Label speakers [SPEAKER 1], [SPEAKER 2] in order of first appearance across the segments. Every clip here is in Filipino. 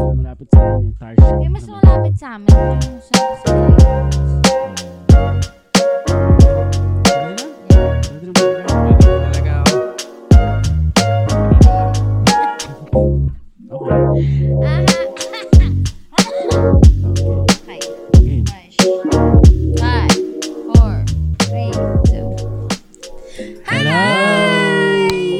[SPEAKER 1] malapit sa atin, eh, Tarshan.
[SPEAKER 2] Eh, mas malapit sa amin. Yung sa, sa
[SPEAKER 1] Pwede na? Pwede na ba?
[SPEAKER 3] Talaga ako.
[SPEAKER 1] Okay.
[SPEAKER 2] Aha. okay.
[SPEAKER 1] Game.
[SPEAKER 2] Rush. Five, four, three, two.
[SPEAKER 1] Hello!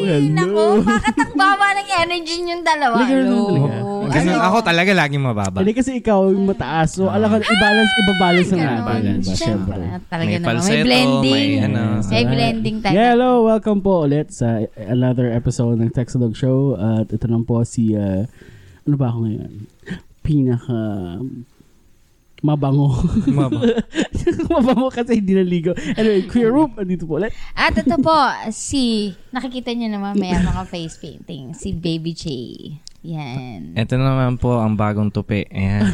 [SPEAKER 2] Ay, Nako,
[SPEAKER 1] Hello!
[SPEAKER 2] bakit ang baba ng energy niyong dalawa?
[SPEAKER 1] Ligar lang talaga.
[SPEAKER 2] Hello.
[SPEAKER 3] Kasi
[SPEAKER 2] Ano?
[SPEAKER 3] ako talaga laging mababa.
[SPEAKER 1] Hindi kasi ikaw yung mataas. So, alam ka, i-balance, ibabalance na
[SPEAKER 2] Ganon.
[SPEAKER 1] natin.
[SPEAKER 3] balance,
[SPEAKER 1] Diba? Siyempre.
[SPEAKER 2] Ah, Talaga
[SPEAKER 3] May
[SPEAKER 2] naman.
[SPEAKER 3] falsetto,
[SPEAKER 2] may blending.
[SPEAKER 3] may ano.
[SPEAKER 2] May blending tayo.
[SPEAKER 1] Yeah, hello. Welcome po ulit sa another episode ng Texalog Show. At ito naman po si, ah, ano ba ako ngayon? Pinaka mabango.
[SPEAKER 3] Mababa.
[SPEAKER 1] mabango kasi hindi naligo. Anyway, Queer Room, andito po ulit.
[SPEAKER 2] At ito po, si, nakikita niyo naman may ano ka face painting, si Baby J. Yan.
[SPEAKER 3] Ito naman po ang bagong tupi. Ayan.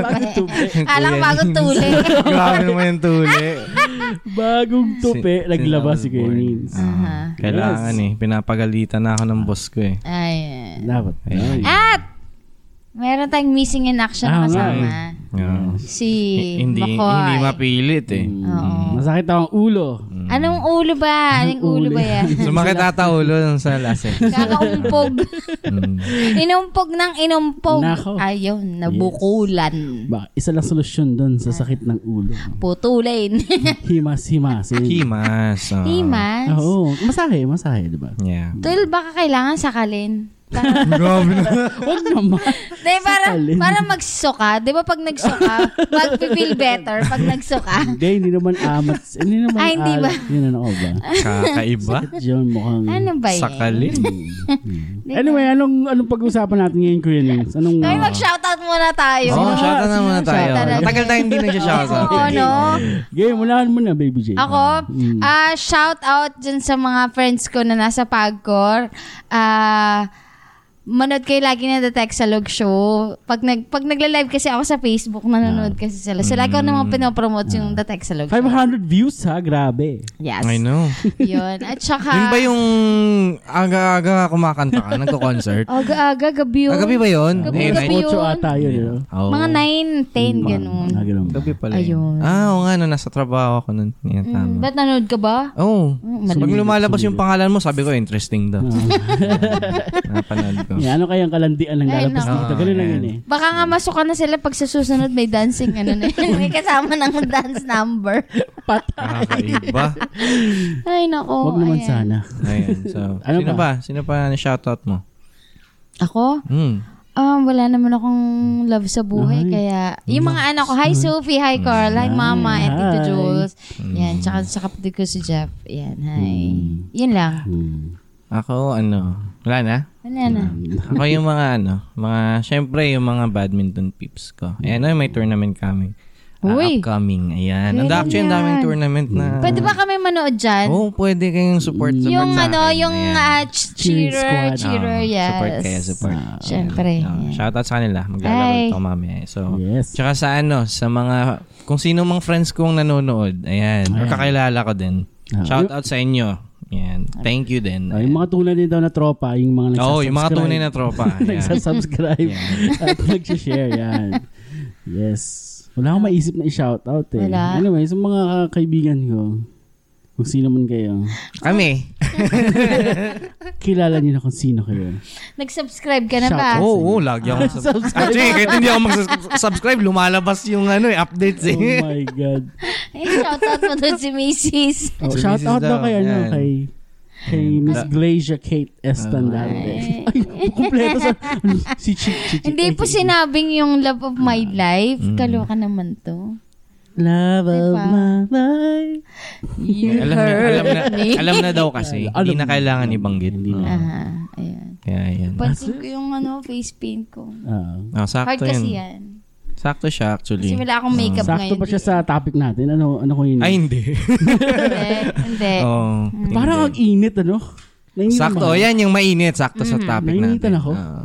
[SPEAKER 2] bagong tuli. Alang bagong tuli.
[SPEAKER 3] Grabe naman yung tuli.
[SPEAKER 1] Bagong tupi,
[SPEAKER 3] Sin-
[SPEAKER 1] naglabas si
[SPEAKER 3] sinabon.
[SPEAKER 1] Kuya Nins.
[SPEAKER 2] Aha.
[SPEAKER 3] Ah. Kailangan eh. Pinapagalitan na ako ng boss ko eh.
[SPEAKER 2] Ayan.
[SPEAKER 1] Dapat.
[SPEAKER 3] Ayan.
[SPEAKER 2] At, meron tayong missing in action
[SPEAKER 1] Ah,
[SPEAKER 2] na
[SPEAKER 1] nga
[SPEAKER 2] kasama.
[SPEAKER 3] Yeah.
[SPEAKER 2] Si
[SPEAKER 3] Ah. Hindi,
[SPEAKER 2] Eh, Makoy.
[SPEAKER 3] hindi mapilit eh.
[SPEAKER 1] Mm.
[SPEAKER 2] Oo.
[SPEAKER 1] Masakit ang ulo.
[SPEAKER 2] Anong ulo ba? Anong ulo ba yan?
[SPEAKER 3] Sumakit ata ulo nung sa last eh.
[SPEAKER 2] Kakaumpog.
[SPEAKER 3] Mm.
[SPEAKER 2] inumpog ng inumpog.
[SPEAKER 1] Nako.
[SPEAKER 2] Ayun, nabukulan.
[SPEAKER 1] Ba, isa lang solusyon doon sa sakit ng ulo.
[SPEAKER 2] Putulin.
[SPEAKER 1] Himas-himasin.
[SPEAKER 3] Himas. oh.
[SPEAKER 2] Himas.
[SPEAKER 1] Oo. Masahe, masahe, di ba?
[SPEAKER 3] Yeah.
[SPEAKER 2] Tol, baka kailangan sakalin. Parang,
[SPEAKER 3] Grabe na.
[SPEAKER 1] Huwag naman.
[SPEAKER 2] di, para,
[SPEAKER 1] Sakalin.
[SPEAKER 2] para magsuka. Di ba pag nagsuka, mag-feel better pag nagsuka.
[SPEAKER 1] Hindi, hindi naman amat. Hindi naman
[SPEAKER 2] Ay, hindi ba?
[SPEAKER 1] alat. Yun ano ko ba?
[SPEAKER 3] Kakaiba.
[SPEAKER 1] Diyan mukhang...
[SPEAKER 2] Ano ba yun?
[SPEAKER 3] Sakalin.
[SPEAKER 1] Anyway, anong anong pag-usapan natin ngayon, Kuya Nings? Anong...
[SPEAKER 2] Ay, mag-shoutout muna tayo.
[SPEAKER 3] Oh, shoutout na muna tayo.
[SPEAKER 2] Shoutout.
[SPEAKER 3] Matagal tayong hindi nagsha-shoutout.
[SPEAKER 2] Oo,
[SPEAKER 3] eh.
[SPEAKER 2] no?
[SPEAKER 1] Game, mulahan mo na, Baby
[SPEAKER 3] Diba?
[SPEAKER 1] J.
[SPEAKER 2] Ako,
[SPEAKER 3] Mm.
[SPEAKER 2] ah shout out dyan sa mga friends ko na nasa Pagcor. Ah, manood kayo lagi na The Texalog Show. Pag, nag, pag nagla-live kasi ako sa Facebook, nanonood kasi sila. So,
[SPEAKER 3] Mm.
[SPEAKER 2] lagi ko naman pinopromote yung The Texalog Show.
[SPEAKER 1] 500 views, ha? Grabe.
[SPEAKER 2] Yes.
[SPEAKER 3] I know.
[SPEAKER 2] Yun. At saka...
[SPEAKER 3] Yun ba yung aga-aga kumakanta ka, nagko-concert?
[SPEAKER 2] Aga-aga, gabi yun.
[SPEAKER 3] Agabi ba yun?
[SPEAKER 2] Gabi,
[SPEAKER 3] Eh,
[SPEAKER 2] gabi
[SPEAKER 3] night-
[SPEAKER 2] yun.
[SPEAKER 1] 8 ata yun, ano?
[SPEAKER 3] Oo.
[SPEAKER 2] Mga 9, 10, ganun.
[SPEAKER 1] Ah, ganun.
[SPEAKER 3] Gabi pala. yun.
[SPEAKER 2] Ayun.
[SPEAKER 3] Ah, oo nga, no, nasa trabaho ako nun. Yan, tama.
[SPEAKER 2] Ba't nanood ka ba?
[SPEAKER 3] Oo.
[SPEAKER 2] Mm,
[SPEAKER 3] So, pag lumalabas yung pangalan mo, sabi ko, interesting daw. Napanood ko.
[SPEAKER 1] Mm. Yeah, ano kayang kalandian ng
[SPEAKER 2] Ay,
[SPEAKER 1] lalabas
[SPEAKER 2] nako.
[SPEAKER 1] dito? Ganun lang yun eh.
[SPEAKER 2] Baka nga masukan na sila pag sa susunod may dancing ano na yun. May kasama ng dance number.
[SPEAKER 1] Patay.
[SPEAKER 3] Kakaiba.
[SPEAKER 2] Ay, nako.
[SPEAKER 1] Huwag naman
[SPEAKER 2] ayan.
[SPEAKER 1] sana.
[SPEAKER 3] Ayan, so.
[SPEAKER 1] Ano
[SPEAKER 3] sino
[SPEAKER 1] pa?
[SPEAKER 3] ba? Sino pa na shoutout mo?
[SPEAKER 2] Ako?
[SPEAKER 3] Hmm.
[SPEAKER 2] Um, wala naman akong love sa buhay.
[SPEAKER 1] Ay.
[SPEAKER 2] Kaya, yung mga anak ko, hi Sophie, hi Carl, hi Mama, and Tito
[SPEAKER 1] Hi.
[SPEAKER 2] Jules. Yan, tsaka sa kapatid ko si Jeff. Yan, hi. Yun lang.
[SPEAKER 1] Hmm.
[SPEAKER 3] Ako, ano, wala na?
[SPEAKER 2] Wala na.
[SPEAKER 3] Ako yung mga ano, mga, syempre yung mga badminton peeps ko. Ayan, ay, may tournament kami. Ah,
[SPEAKER 2] Uy.
[SPEAKER 3] upcoming. Ayan. Ang
[SPEAKER 2] Meron
[SPEAKER 3] actually, ang daming
[SPEAKER 2] yan.
[SPEAKER 3] tournament na.
[SPEAKER 2] Pwede ba kami manood dyan?
[SPEAKER 3] Oo, pwede kayong support support
[SPEAKER 2] yung
[SPEAKER 3] sa
[SPEAKER 2] ano,
[SPEAKER 3] akin.
[SPEAKER 2] yung
[SPEAKER 3] Oh, Ayan.
[SPEAKER 2] ah, ch-
[SPEAKER 1] Cheering
[SPEAKER 2] cheerer,
[SPEAKER 1] squad.
[SPEAKER 2] cheerer,
[SPEAKER 3] Oo,
[SPEAKER 2] yes.
[SPEAKER 3] Support kayo, support.
[SPEAKER 2] Siyempre.
[SPEAKER 3] Uh,
[SPEAKER 2] yan.
[SPEAKER 3] shoutout sa kanila. Maglalaro
[SPEAKER 2] Ay.
[SPEAKER 3] ito mamaya. eh. So,
[SPEAKER 1] Yes.
[SPEAKER 3] tsaka sa ano, sa mga, kung sino mang friends kong nanonood, ayan, or kakilala ko din.
[SPEAKER 1] Ah.
[SPEAKER 3] Shoutout sa inyo. Ayan. Thank you din.
[SPEAKER 1] Ah, yung mga tunay din daw na tropa, yung mga nagsasubscribe.
[SPEAKER 3] Oo, yung mga tunay na tropa. Ayan.
[SPEAKER 1] nagsasubscribe at nagsishare. Yan. Yes. Wala akong maisip na i-shoutout eh.
[SPEAKER 2] Wala.
[SPEAKER 1] Anyway, sa mga kaibigan ko, kung sino man kayo,
[SPEAKER 3] Kami.
[SPEAKER 1] kilala niyo na kung sino kayo.
[SPEAKER 2] Nag-subscribe ka na
[SPEAKER 1] Shout
[SPEAKER 2] ba?
[SPEAKER 3] Oo, oh, lagi ako subscribe. Actually, kahit hindi ako mag-subscribe, lumalabas yung ano, eh, updates
[SPEAKER 1] Oh
[SPEAKER 3] eh.
[SPEAKER 1] my God.
[SPEAKER 2] Eh, shoutout mo doon si Macy's.
[SPEAKER 1] Oh,
[SPEAKER 3] Si
[SPEAKER 1] shoutout
[SPEAKER 3] Mrs.
[SPEAKER 1] daw
[SPEAKER 3] daw,
[SPEAKER 1] kay, ano,
[SPEAKER 3] yan.
[SPEAKER 1] kay, kay
[SPEAKER 3] Ayan.
[SPEAKER 1] Miss
[SPEAKER 3] Ah.
[SPEAKER 1] Glacia Kate Estandarte. Ay, kumpleto sa... si Chi, Chi, Chi.
[SPEAKER 2] Hindi po sinabing yung love of my life.
[SPEAKER 3] Mm.
[SPEAKER 2] Kaloka naman to.
[SPEAKER 1] Love of
[SPEAKER 2] Diba?
[SPEAKER 1] my life.
[SPEAKER 2] You
[SPEAKER 3] Alam na, alam na, alam na daw kasi.
[SPEAKER 1] Alam
[SPEAKER 3] Hindi na
[SPEAKER 1] na.
[SPEAKER 3] kailangan ibanggit. Ah.
[SPEAKER 1] Hindi na.
[SPEAKER 3] Oo.
[SPEAKER 2] Aha, ayan.
[SPEAKER 3] Kaya yan.
[SPEAKER 2] Ah, Pansin ko yung ano, face paint ko.
[SPEAKER 1] Ah.
[SPEAKER 2] Hard
[SPEAKER 3] Oh, sakto
[SPEAKER 2] kasi
[SPEAKER 3] yun. Ah.
[SPEAKER 2] yan.
[SPEAKER 3] Sakto siya actually.
[SPEAKER 2] Kasi wala akong makeup
[SPEAKER 1] Sakto
[SPEAKER 2] ngayon.
[SPEAKER 1] pa siya sa topic natin. Ano ano ko yun?
[SPEAKER 3] Ay, hindi.
[SPEAKER 2] Hindi, hindi.
[SPEAKER 3] Oo. hindi.
[SPEAKER 1] Parang ang init, ano? Nainit
[SPEAKER 3] Sakto,
[SPEAKER 1] ba?
[SPEAKER 2] Mm.
[SPEAKER 3] yan yung mainit. Sakto sa topic natin. Ah.
[SPEAKER 1] Nainitan ako.
[SPEAKER 3] Oo.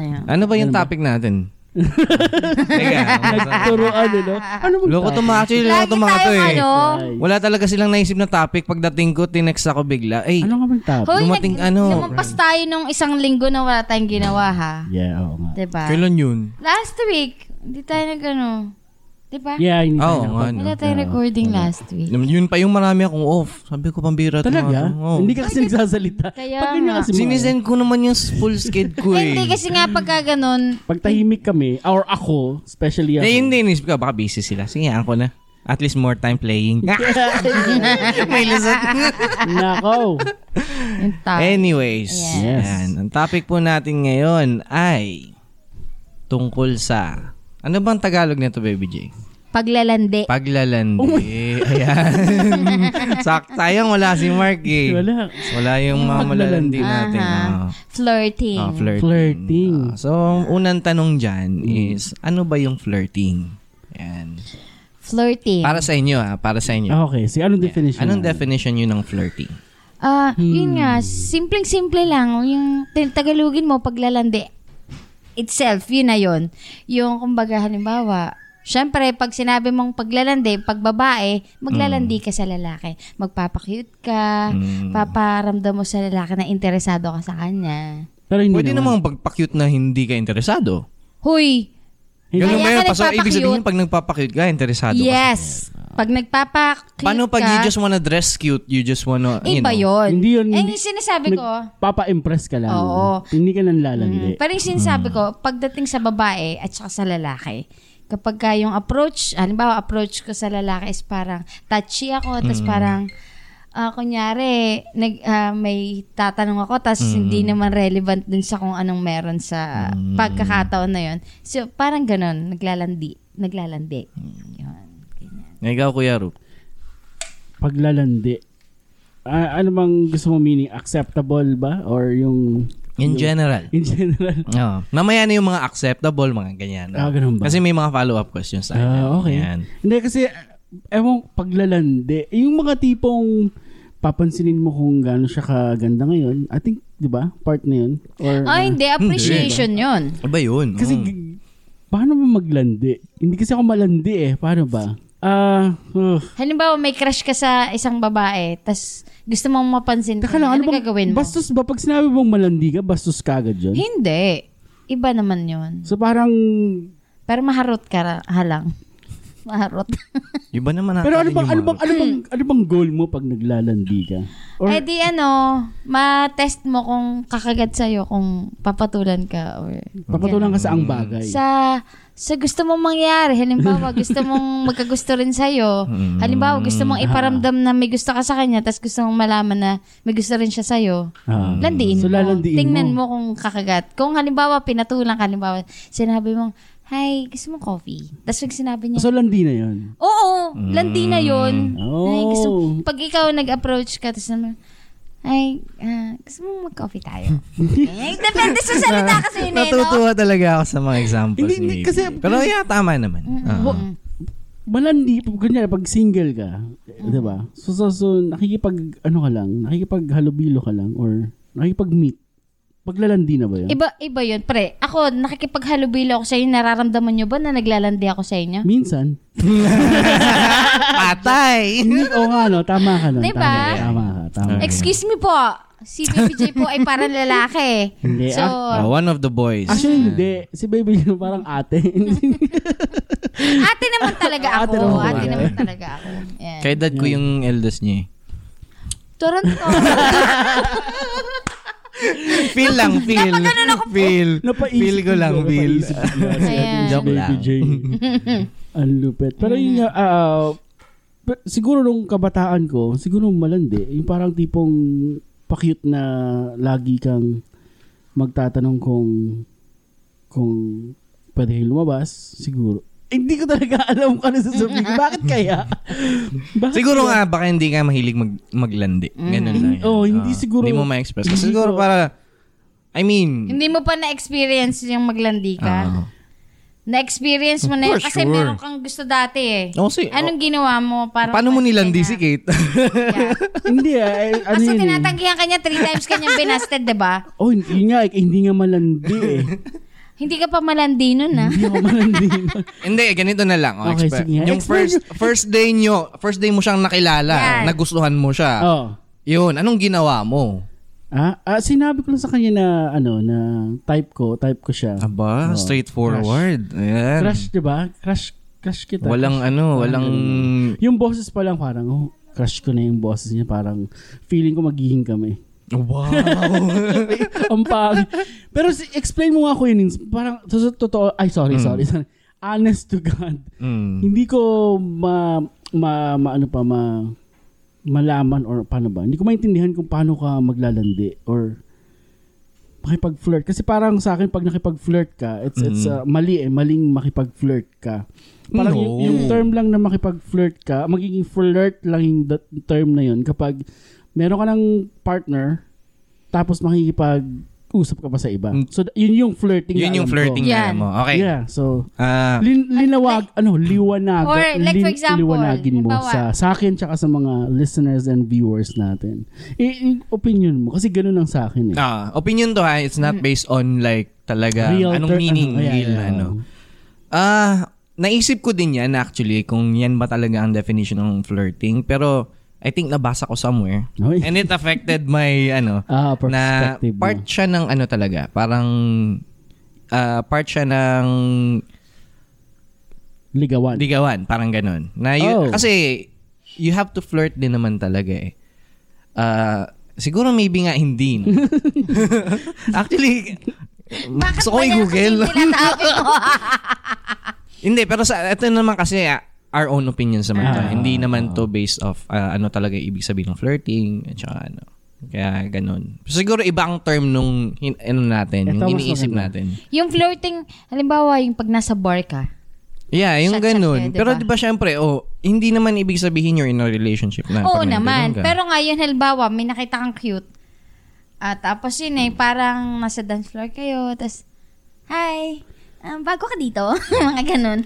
[SPEAKER 2] Ayan.
[SPEAKER 3] ano ba yung topic natin? Teka. ano
[SPEAKER 1] Nagturuan, eh, no? Ano ba?
[SPEAKER 3] Loko to mga, actually, loko
[SPEAKER 2] Lagi
[SPEAKER 3] to mga to
[SPEAKER 2] tayong
[SPEAKER 3] eh.
[SPEAKER 2] ano.
[SPEAKER 1] Ay.
[SPEAKER 3] Wala talaga silang naisip na topic. Pagdating ko, tinext ako bigla. Ay,
[SPEAKER 1] Ano nga bang topic?
[SPEAKER 2] Hoy,
[SPEAKER 3] Dumating
[SPEAKER 2] nag-
[SPEAKER 3] ano.
[SPEAKER 2] Lumampas tayo nung isang linggo na wala tayong ginawa ha.
[SPEAKER 1] Yeah, oo nga.
[SPEAKER 2] Diba?
[SPEAKER 3] kailan yun?
[SPEAKER 2] Last week, hindi tayo nag ano. Diba?
[SPEAKER 1] Yeah, hindi
[SPEAKER 3] Oo,
[SPEAKER 1] tayo
[SPEAKER 3] nga,
[SPEAKER 1] nakapag-
[SPEAKER 3] no.
[SPEAKER 2] Wala tayong recording last week.
[SPEAKER 3] Yun yun pa yung marami akong off. Sabi ko, pambira. to,
[SPEAKER 1] Talaga?
[SPEAKER 3] ano. Oo.
[SPEAKER 1] Hindi ka kasi nagsasalita.
[SPEAKER 2] Kaya
[SPEAKER 1] Pag ganyan
[SPEAKER 2] nga.
[SPEAKER 1] kasi mga-
[SPEAKER 3] Sinisend ko naman yung full skid ko
[SPEAKER 2] Eh, Hindi
[SPEAKER 3] eh.
[SPEAKER 2] kasi nga pagka ganun,
[SPEAKER 1] Pag tahimik kami, or ako, especially ako.
[SPEAKER 3] Eh, yun din. Isip ko, baka busy sila. Sige, ako na. At least more time playing. May lasat.
[SPEAKER 1] Nako.
[SPEAKER 2] yung tao.
[SPEAKER 3] Eh. Anyways,
[SPEAKER 1] Yes.
[SPEAKER 3] yan. ang topic po natin ngayon ay tungkol sa ano bang Tagalog nito, Baby J?
[SPEAKER 2] Paglalandi.
[SPEAKER 3] Paglalandi.
[SPEAKER 1] Oh
[SPEAKER 3] Ayan. Sak, sayang wala si Mark eh.
[SPEAKER 1] Wala.
[SPEAKER 3] Wala yung mga malalandi natin.
[SPEAKER 2] Aha.
[SPEAKER 3] Oo.
[SPEAKER 2] Flirting.
[SPEAKER 3] Ah, flirting.
[SPEAKER 1] Flirting. Mm.
[SPEAKER 3] Ah, so, unang tanong dyan is, ano ba yung flirting? Ayan.
[SPEAKER 2] Flirting.
[SPEAKER 3] Para sa inyo ah, para sa inyo.
[SPEAKER 1] Okay, so anong definition?
[SPEAKER 3] Anong
[SPEAKER 1] na?
[SPEAKER 3] definition yun ng flirting?
[SPEAKER 2] Ah, yun nga,
[SPEAKER 3] Hmm.
[SPEAKER 2] simpleng-simple lang yung tin- tagalugin mo paglalandi itself, yun na yun. Yung kumbaga halimbawa, syempre pag sinabi mong paglalandi, pag babae, maglalandi
[SPEAKER 3] Hmm.
[SPEAKER 2] ka sa lalaki. Magpapakyut ka,
[SPEAKER 3] Mm.
[SPEAKER 2] paparamdam mo sa lalaki na interesado ka sa kanya.
[SPEAKER 1] Pero hindi
[SPEAKER 3] Pwede namang pagpa-cute na hindi ka interesado.
[SPEAKER 2] Huy,
[SPEAKER 1] Hindi.
[SPEAKER 3] Ganun ba
[SPEAKER 2] Kaya
[SPEAKER 3] yun?
[SPEAKER 2] ka
[SPEAKER 3] Paso, ibig
[SPEAKER 2] nagpapakute.
[SPEAKER 3] sabihin, pag nagpapakute ka, interesado ka.
[SPEAKER 2] yes. Pag nagpapakyut
[SPEAKER 3] Paano pag oh.
[SPEAKER 2] ka,
[SPEAKER 3] you just wanna dress cute, you just wanna, you
[SPEAKER 2] iba
[SPEAKER 3] know.
[SPEAKER 2] yun.
[SPEAKER 1] Hindi yun-
[SPEAKER 2] Eh, yung sinasabi ko,
[SPEAKER 1] Papa-impress ka lang.
[SPEAKER 2] Oo.
[SPEAKER 1] Hindi ka nang lalandi.
[SPEAKER 2] Mm, pero yung sinasabi ko, pagdating sa babae at saka sa lalaki, kapag ka yung approach, halimbawa approach ko sa lalaki is parang touchy ako, tapos
[SPEAKER 1] Mm.
[SPEAKER 2] parang, ah, kunyari, nag, ah, may tatanong ako, tapos hindi naman relevant dun sa kung anong meron sa
[SPEAKER 1] Mm.
[SPEAKER 2] pagkakataon na yun. So, parang ganun, naglalandi. Naglalandi. Yun.
[SPEAKER 3] Ikaw, Kuya Rup.
[SPEAKER 1] Paglalandi. Ah, ano bang gusto mo meaning? Acceptable ba? Or yung...
[SPEAKER 3] In general.
[SPEAKER 1] In general?
[SPEAKER 3] Oo. Mamaya na yung mga acceptable, mga ganyan.
[SPEAKER 1] Ah, ganun ba?
[SPEAKER 3] Kasi may mga follow-up questions tayo.
[SPEAKER 1] Ah, okay.
[SPEAKER 3] Yan.
[SPEAKER 1] Hindi kasi, ewan, paglalandi. Yung mga tipong papansinin mo kung gaano siya kaganda ngayon. I think, di ba? Part na yun. Or, ah,
[SPEAKER 2] Ay, mm. hindi. Appreciation yun.
[SPEAKER 3] Iba yun. Mm.
[SPEAKER 1] Kasi
[SPEAKER 3] Oo.
[SPEAKER 1] g- paano ba maglandi? Hindi kasi ako malandi eh. Paano ba? Ah, uh,
[SPEAKER 2] Halimbawa, may crush ka sa isang babae, tapos gusto mong mapansin ka,
[SPEAKER 1] Teka lang, ano
[SPEAKER 2] ano
[SPEAKER 1] bang,
[SPEAKER 2] gagawin mo?
[SPEAKER 1] bastos ba? Pag sinabi mong malandi ka, bastos ka agad yun?
[SPEAKER 2] Hindi. Iba naman yun.
[SPEAKER 1] So parang,
[SPEAKER 2] Pero maharot ka ra- halang. Maharot.
[SPEAKER 3] Iba naman
[SPEAKER 1] pero ano
[SPEAKER 3] natin
[SPEAKER 1] bang,
[SPEAKER 3] yung
[SPEAKER 1] ano
[SPEAKER 3] mga-
[SPEAKER 1] bang, ano bang, ano bang goal mo pag naglalandi ka? Or,
[SPEAKER 2] eh di ano, ma-test mo kung kakagat sa'yo, kung papatulan ka or...
[SPEAKER 1] papatulan ka sa ang bagay.
[SPEAKER 2] Sa, sa gusto mong mangyari, halimbawa gusto mong magkagusto rin sa'yo,
[SPEAKER 1] Mm.
[SPEAKER 2] halimbawa gusto mong iparamdam na may gusto ka sa kanya, tapos gusto mong malaman na may gusto rin siya sa'yo,
[SPEAKER 1] Ah.
[SPEAKER 2] landiin
[SPEAKER 1] So,
[SPEAKER 2] mo.
[SPEAKER 1] lalandiin
[SPEAKER 2] Tingnan
[SPEAKER 1] mo.
[SPEAKER 2] mo. kung kakagat. Kung halimbawa pinatulang ka, halimbawa sinabi mong, Hi, gusto mo coffee? Tapos pag sinabi
[SPEAKER 1] Ah,
[SPEAKER 2] niya,
[SPEAKER 1] So landi na yun.
[SPEAKER 2] Oo, landi na yun.
[SPEAKER 1] Oh.
[SPEAKER 2] Ay, gusto, pag ikaw nag-approach ka, tapos naman, ay, ah, gusto mo mag-coffee tayo? Ay, Depende sa salita kasi yun eh, no?
[SPEAKER 3] Natutuwa talaga ako sa mga examples
[SPEAKER 1] Hindi,
[SPEAKER 3] ni
[SPEAKER 1] hindi,
[SPEAKER 3] Baby
[SPEAKER 1] kasi-
[SPEAKER 3] J. Pero yeah, tama naman. Ah. Oo.
[SPEAKER 1] Malandi, pag ganyan, pag single ka,
[SPEAKER 2] Mm.
[SPEAKER 1] di ba? So, so, so, nakikipag, ano ka lang, nakikipaghalubilo ka lang, or nakikipag-meet. Paglalandi na ba yun?
[SPEAKER 2] Iba, iba yun. Pre, ako, nakikipaghalubilo ako sa inyo. Nararamdaman nyo ba na naglalandi ako sa inyo?
[SPEAKER 1] Minsan.
[SPEAKER 3] Patay!
[SPEAKER 1] Hindi, oo nga, no? Tama ka nun.
[SPEAKER 2] Diba?
[SPEAKER 1] Tama, tama ka, tama ka.
[SPEAKER 2] Excuse me po. Si BBJ po ay parang lalaki.
[SPEAKER 1] Hindi, Oh.
[SPEAKER 2] So,
[SPEAKER 3] Ah, one of the boys.
[SPEAKER 1] Actually, hindi. Si Baby Jane parang ate.
[SPEAKER 2] ate naman talaga ako.
[SPEAKER 1] Ate naman
[SPEAKER 2] Ate
[SPEAKER 1] talaga.
[SPEAKER 2] naman talaga ako. Yan.
[SPEAKER 3] Kay dad ko yung eldest niya eh.
[SPEAKER 2] Toronto.
[SPEAKER 3] Feel lang, feel. Feel.
[SPEAKER 1] Napaisip
[SPEAKER 3] Feel ko lang, feel.
[SPEAKER 1] napaisip ko na si
[SPEAKER 2] Ayan.
[SPEAKER 1] ating
[SPEAKER 3] Joke
[SPEAKER 1] Baby
[SPEAKER 3] lang.
[SPEAKER 1] Jane. Ang lupit. Pero yun nga, ah, but siguro nung kabataan ko, siguro malandi. Yung parang tipong pa-cute na lagi kang magtatanong kung kung pwede kayo lumabas, siguro. Eh, Hindi ko talaga alam kung ano sasabihin. ko. Bakit kaya? Bakit
[SPEAKER 3] Siguro
[SPEAKER 1] kaya?
[SPEAKER 3] nga, baka hindi ka mahilig mag maglandi.
[SPEAKER 2] Mm.
[SPEAKER 3] Ganun lang. yun.
[SPEAKER 1] Oo, hindi
[SPEAKER 3] Ah,
[SPEAKER 1] siguro-
[SPEAKER 3] Hindi mo ma-express.
[SPEAKER 1] Hindi ko-
[SPEAKER 3] siguro para, I mean,
[SPEAKER 2] Hindi mo pa na-experience yung maglandi ka?
[SPEAKER 3] ah,
[SPEAKER 2] Na-experience mo na yun.
[SPEAKER 3] For
[SPEAKER 2] Kasi
[SPEAKER 3] sure.
[SPEAKER 2] meron kang gusto dati eh.
[SPEAKER 3] Oo, si-
[SPEAKER 2] Anong ginawa mo? Para
[SPEAKER 3] paano mo nilandi si
[SPEAKER 2] mapansin
[SPEAKER 3] Kate?
[SPEAKER 2] ka? Yeah.
[SPEAKER 1] Hindi, eh, ano
[SPEAKER 2] Kasi
[SPEAKER 1] yun eh.
[SPEAKER 2] tinatanggihan ka niya three times kanya binasted, di ba?
[SPEAKER 1] Oh, hindi nga. eh, Hindi nga malandi eh.
[SPEAKER 2] Hindi ka pa malandi nun, ah.
[SPEAKER 1] Hindi ako malandi.
[SPEAKER 3] Hindi, ganito na lang. Oh,
[SPEAKER 1] Okay,
[SPEAKER 3] expe-
[SPEAKER 1] sige nga.
[SPEAKER 3] Yung
[SPEAKER 1] Explain
[SPEAKER 3] first first day nyo, first day mo siyang nakilala,
[SPEAKER 2] Yan.
[SPEAKER 3] nagustuhan mo siya.
[SPEAKER 1] oh.
[SPEAKER 3] Yun, anong ginawa mo?
[SPEAKER 1] Ah, ah, sinabi ko lang sa kanya na ano na type ko, type ko siya.
[SPEAKER 3] Aba,
[SPEAKER 1] Oh,
[SPEAKER 3] straightforward. Ayan.
[SPEAKER 1] Crush, 'di ba? Crush crush kita.
[SPEAKER 3] Walang
[SPEAKER 1] Crush-
[SPEAKER 3] ano, walang...
[SPEAKER 1] Yung boses pa lang parang oh, crush ko na yung boses niya, parang feeling ko magiging kami.
[SPEAKER 3] Wow.
[SPEAKER 1] Ang pang. Pero si, explain mo nga ko yun. Parang to- totoo, ay sorry,
[SPEAKER 3] Hmm.
[SPEAKER 1] sorry, sorry. Honest to God.
[SPEAKER 3] mm.
[SPEAKER 1] Hindi ko ma, ma, ma ano pa, ma, malaman or paano ba. Hindi ko maintindihan kung paano ka maglalandi or makipag-flirt. Kasi parang sa akin, pag nakipag-flirt ka, it's, it's
[SPEAKER 3] Mm.
[SPEAKER 1] uh, mali eh, maling makipag-flirt ka. Parang
[SPEAKER 3] No.
[SPEAKER 1] yung, yung term lang na makipag-flirt ka, magiging flirt lang yung dat- term na yun kapag meron ka ng partner, tapos makikipag-usap ka pa sa iba.
[SPEAKER 3] Mm.
[SPEAKER 1] So, yun yung flirting
[SPEAKER 3] Yun
[SPEAKER 1] na
[SPEAKER 3] yung
[SPEAKER 1] alam ko.
[SPEAKER 3] flirting
[SPEAKER 2] Yan.
[SPEAKER 3] na mo. Okay.
[SPEAKER 1] Yeah, so
[SPEAKER 3] Ah,
[SPEAKER 1] lin, linawag ano liwanag
[SPEAKER 2] Or, like, for example,
[SPEAKER 1] liwanagin mo sa
[SPEAKER 2] halimbawa-
[SPEAKER 1] sa akin tsaka sa mga listeners and viewers natin. I, i- opinion mo kasi ganun ang sa akin eh.
[SPEAKER 3] ah, opinion to ha, it's
[SPEAKER 2] Mm.
[SPEAKER 3] not based on like talaga anong
[SPEAKER 1] ter-
[SPEAKER 3] meaning,
[SPEAKER 1] ano, yeah,
[SPEAKER 3] real
[SPEAKER 1] yeah.
[SPEAKER 3] ano. Ah, naisip ko din yan actually kung yan ba talaga ang definition ng flirting pero I think nabasa ko somewhere
[SPEAKER 1] Hoy.
[SPEAKER 3] and it affected my ano
[SPEAKER 1] Ah,
[SPEAKER 3] na
[SPEAKER 1] perspective.
[SPEAKER 3] part
[SPEAKER 1] mo.
[SPEAKER 3] siya ng ano talaga parang ah, part siya ng
[SPEAKER 1] ligawan.
[SPEAKER 3] ligawan parang ganun na
[SPEAKER 1] Oh.
[SPEAKER 3] yun- kasi you have to flirt din naman talaga eh Ah, siguro maybe nga hindi no? actually
[SPEAKER 2] Bakit
[SPEAKER 3] gusto ko
[SPEAKER 2] ba yan
[SPEAKER 3] i-google
[SPEAKER 2] kasi tinatawag mo?
[SPEAKER 3] Hindi, pero sa ito naman kasi ah, our own opinions naman to.
[SPEAKER 1] Ah.
[SPEAKER 3] Hindi naman to based of ah, ano talaga yung ibig sabihin ng flirting at saka ano. Kaya ganun. Siguro iba ang term nung hin- ano natin,
[SPEAKER 1] Ito,
[SPEAKER 3] yung
[SPEAKER 1] mas
[SPEAKER 3] iniisip
[SPEAKER 1] maganda.
[SPEAKER 3] natin.
[SPEAKER 2] yung flirting, halimbawa, yung pag nasa bar ka,
[SPEAKER 3] Yeah, yung
[SPEAKER 2] Shot-shot
[SPEAKER 3] ganun.
[SPEAKER 2] yun, diba?
[SPEAKER 3] Pero di ba syempre, oh, hindi naman ibig sabihin you're in a relationship na.
[SPEAKER 2] Oo
[SPEAKER 3] Ah, pag
[SPEAKER 2] naman.
[SPEAKER 3] nandun ka.
[SPEAKER 2] Pero ngayon, halimbawa, may nakita kang cute. At tapos yun eh, parang nasa dance floor kayo. Tapos, hi, um, bago ka dito? mga ganun.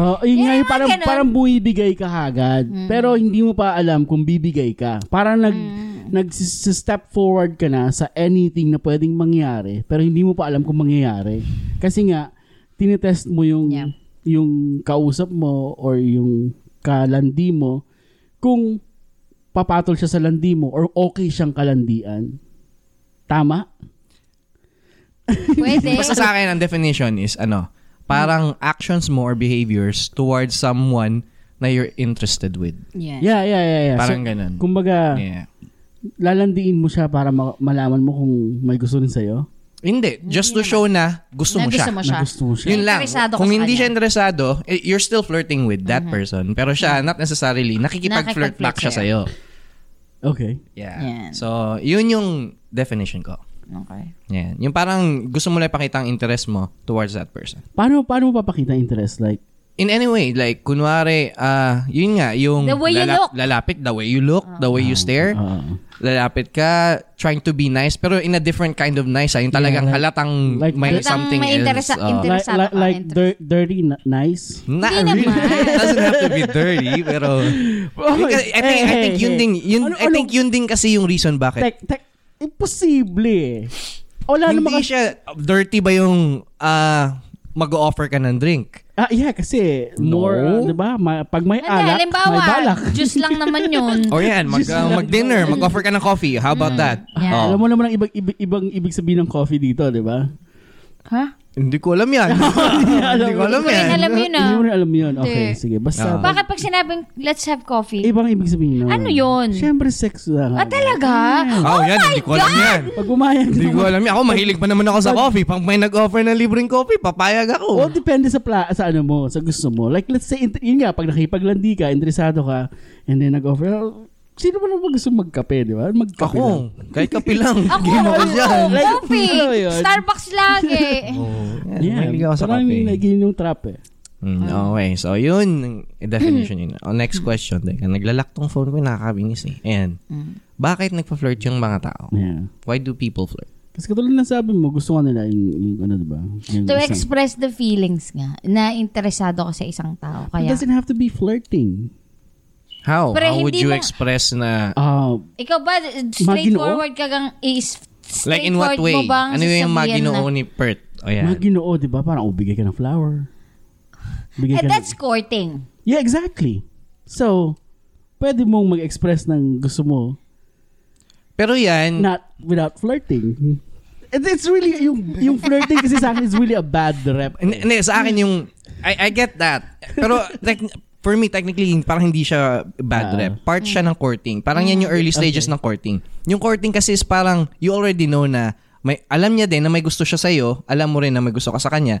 [SPEAKER 1] Oo, yun nga,
[SPEAKER 2] Yeah,
[SPEAKER 1] yung parang,
[SPEAKER 2] ganun. Mm.
[SPEAKER 1] parang bumibigay ka agad. Pero hindi mo pa alam kung bibigay ka. Parang nag,
[SPEAKER 2] Mm.
[SPEAKER 1] nag-step forward ka na sa anything na pwedeng mangyari. Pero hindi mo pa alam kung mangyayari. Kasi nga, tinetest mo yung,
[SPEAKER 2] Yeah.
[SPEAKER 1] yung kausap mo or yung kalandi mo kung papatol siya sa landi mo or okay siyang kalandian. Tama?
[SPEAKER 2] Pwede.
[SPEAKER 3] Basta sa akin, ang definition is ano, parang actions mo or behaviors towards someone na you're interested with.
[SPEAKER 2] Yan.
[SPEAKER 1] Yeah, yeah, yeah. yeah.
[SPEAKER 3] Parang
[SPEAKER 1] so,
[SPEAKER 3] ganun.
[SPEAKER 1] kumbaga,
[SPEAKER 3] yeah.
[SPEAKER 1] lalandiin mo siya para ma- malaman mo kung may gusto rin sa'yo.
[SPEAKER 3] Hindi, just to show na gusto mo siya.
[SPEAKER 2] Nagusto mo siya.
[SPEAKER 1] Na gusto mo siya.
[SPEAKER 3] Yun lang.
[SPEAKER 2] Interesado ka sa
[SPEAKER 3] Kung hindi
[SPEAKER 2] kanya. Mm-hmm.
[SPEAKER 3] siya interesado, eh, you're still flirting with that person. Pero siya, not necessarily,
[SPEAKER 2] Nakikipag-flirt
[SPEAKER 3] nakikipag-flirt back siya sa'yo.
[SPEAKER 2] sa'yo.
[SPEAKER 1] Okay.
[SPEAKER 3] Yeah.
[SPEAKER 2] Yan.
[SPEAKER 3] So, yun yung definition ko.
[SPEAKER 2] Okay.
[SPEAKER 3] Yan. Yung parang gusto mo lang ipakita ang interest mo towards that person.
[SPEAKER 1] Paano, paano mo papakita ang interest? Like,
[SPEAKER 3] In any way, like, kunwari, ah, yun nga, yung
[SPEAKER 2] The way you look.
[SPEAKER 3] lalapit, the way you look, the way you stare,
[SPEAKER 1] ah,
[SPEAKER 3] lalapit ka, trying to be nice, pero in a different kind of nice, ah, yung talagang
[SPEAKER 1] Yeah, like-
[SPEAKER 3] halatang
[SPEAKER 1] like-
[SPEAKER 3] may
[SPEAKER 2] Halatang
[SPEAKER 3] something
[SPEAKER 2] may
[SPEAKER 3] else.
[SPEAKER 2] interesa- inter-
[SPEAKER 3] oh.
[SPEAKER 1] like,
[SPEAKER 2] Interesado
[SPEAKER 1] like,
[SPEAKER 2] ka,
[SPEAKER 1] like
[SPEAKER 2] interest.
[SPEAKER 1] dir- dirty, na- nice.
[SPEAKER 3] Not
[SPEAKER 2] Hindi
[SPEAKER 3] really.
[SPEAKER 2] naman.
[SPEAKER 3] It doesn't have to be dirty, pero Kasi Oh, I think I think yun din yun
[SPEAKER 1] Oh, Ano-
[SPEAKER 3] I think
[SPEAKER 1] ano-
[SPEAKER 3] yun din kasi yung reason bakit.
[SPEAKER 1] Tek, tek, imposible eh. Wala
[SPEAKER 3] Hindi
[SPEAKER 1] naman kasi.
[SPEAKER 3] siya dirty ba yung ah, mag-offer ka ng drink?
[SPEAKER 1] Ah, yeah, kasi more,
[SPEAKER 3] No.
[SPEAKER 1] uh, di ba? ma- pag may
[SPEAKER 2] Hindi,
[SPEAKER 1] alak,
[SPEAKER 2] halimbawa,
[SPEAKER 1] may balak.
[SPEAKER 2] juice lang naman yun.
[SPEAKER 3] Or yan, mag,
[SPEAKER 1] Just
[SPEAKER 3] ah,
[SPEAKER 1] lang yun.
[SPEAKER 3] mag-dinner, mag-offer ka ng coffee. How about that?
[SPEAKER 2] Yeah.
[SPEAKER 1] Alam
[SPEAKER 3] Oh.
[SPEAKER 1] mo naman ang ibang, ibang, ibang ibig sabihin ng coffee dito, di ba?
[SPEAKER 2] ha?
[SPEAKER 3] Hindi ko alam yan. Hindi ko
[SPEAKER 2] Hindi
[SPEAKER 3] alam
[SPEAKER 2] ko
[SPEAKER 3] yan.
[SPEAKER 2] rin alam yun ah.
[SPEAKER 1] Hindi mo rin alam yun. Okay,
[SPEAKER 2] Hindi.
[SPEAKER 1] sige. Basta,
[SPEAKER 3] Ah.
[SPEAKER 2] Bakit pag sinabing, let's have coffee?
[SPEAKER 1] ibang ibig sabihin nun.
[SPEAKER 2] Ano yun?
[SPEAKER 1] Siyempre, sex lang.
[SPEAKER 2] ah, talaga?
[SPEAKER 3] Oh, yan, hindi ko alam yan.
[SPEAKER 1] Pag umayag
[SPEAKER 3] Hindi ko alam yan. Ako, mahilig pa naman ako sa coffee. Pag may nag-offer ng libreng coffee, papayag
[SPEAKER 1] Well,
[SPEAKER 3] ako.
[SPEAKER 1] depende sa pla sa ano mo, sa gusto mo. Like, let's say, int- yun nga, pag nakipaglandi ka, interesado ka, and then nag-offer, oh, sino ba naman gusto magkape, di ba? Magkape lang.
[SPEAKER 3] Ako, kahit kape lang.
[SPEAKER 2] Ako,
[SPEAKER 3] Game ako
[SPEAKER 2] ako,
[SPEAKER 3] dyan.
[SPEAKER 1] Like,
[SPEAKER 2] coffee.
[SPEAKER 1] ano yun?
[SPEAKER 2] Starbucks lagi.
[SPEAKER 3] Oh, yan,
[SPEAKER 1] Yeah,
[SPEAKER 3] mahilig ako sa
[SPEAKER 1] parang
[SPEAKER 3] kape.
[SPEAKER 1] naging yung trap eh.
[SPEAKER 3] Mm, okay. So, yun ang definition yun. Oh, next
[SPEAKER 2] Mm.
[SPEAKER 3] question. Teka, naglalak tong phone ko. Nakakabinis eh. Ayan.
[SPEAKER 2] Mm.
[SPEAKER 3] Bakit nagpa-flirt yung mga tao?
[SPEAKER 1] Yeah.
[SPEAKER 3] Why do people flirt?
[SPEAKER 1] Kasi katulad na sabi mo, gusto ka nila yung, yung ano, di ba? Yung
[SPEAKER 2] to
[SPEAKER 1] isang-
[SPEAKER 2] express the feelings nga na interesado ka sa isang tao.
[SPEAKER 1] It
[SPEAKER 2] Kaya,
[SPEAKER 1] doesn't have to be flirting.
[SPEAKER 3] How?
[SPEAKER 2] Pre,
[SPEAKER 3] How would
[SPEAKER 2] hindi
[SPEAKER 3] you
[SPEAKER 2] na-
[SPEAKER 3] express na...
[SPEAKER 1] Ah,
[SPEAKER 2] ikaw ba, straightforward ka kang is
[SPEAKER 3] Like in
[SPEAKER 2] straightforward
[SPEAKER 3] what way?
[SPEAKER 2] Mo bang
[SPEAKER 3] Ano yung
[SPEAKER 2] sasabihin
[SPEAKER 3] maginoo
[SPEAKER 2] na-
[SPEAKER 3] ni Oh, Pert? O yan.
[SPEAKER 1] Mga ginoo, di ba? Parang, oh, bigay ka ng flower. Bigay ka
[SPEAKER 2] And Eh, that's
[SPEAKER 1] ng...
[SPEAKER 2] courting.
[SPEAKER 1] Yeah, exactly. So, pwede mong mag-express ng gusto mo
[SPEAKER 3] Pero yan,
[SPEAKER 1] not without flirting. And Mm. it's really, yung, yung flirting kasi sa akin is really a bad rep.
[SPEAKER 3] Hindi, hindi, sa akin yung, I, I get that. Pero, like, for me, technically, parang hindi siya
[SPEAKER 1] Ah.
[SPEAKER 3] bad rep. Part siya ng courting. Parang yan yung early stages ng courting. Yung courting kasi is parang, you already know na, may, alam niya din na may gusto siya sa'yo, alam mo rin na may gusto ka sa kanya.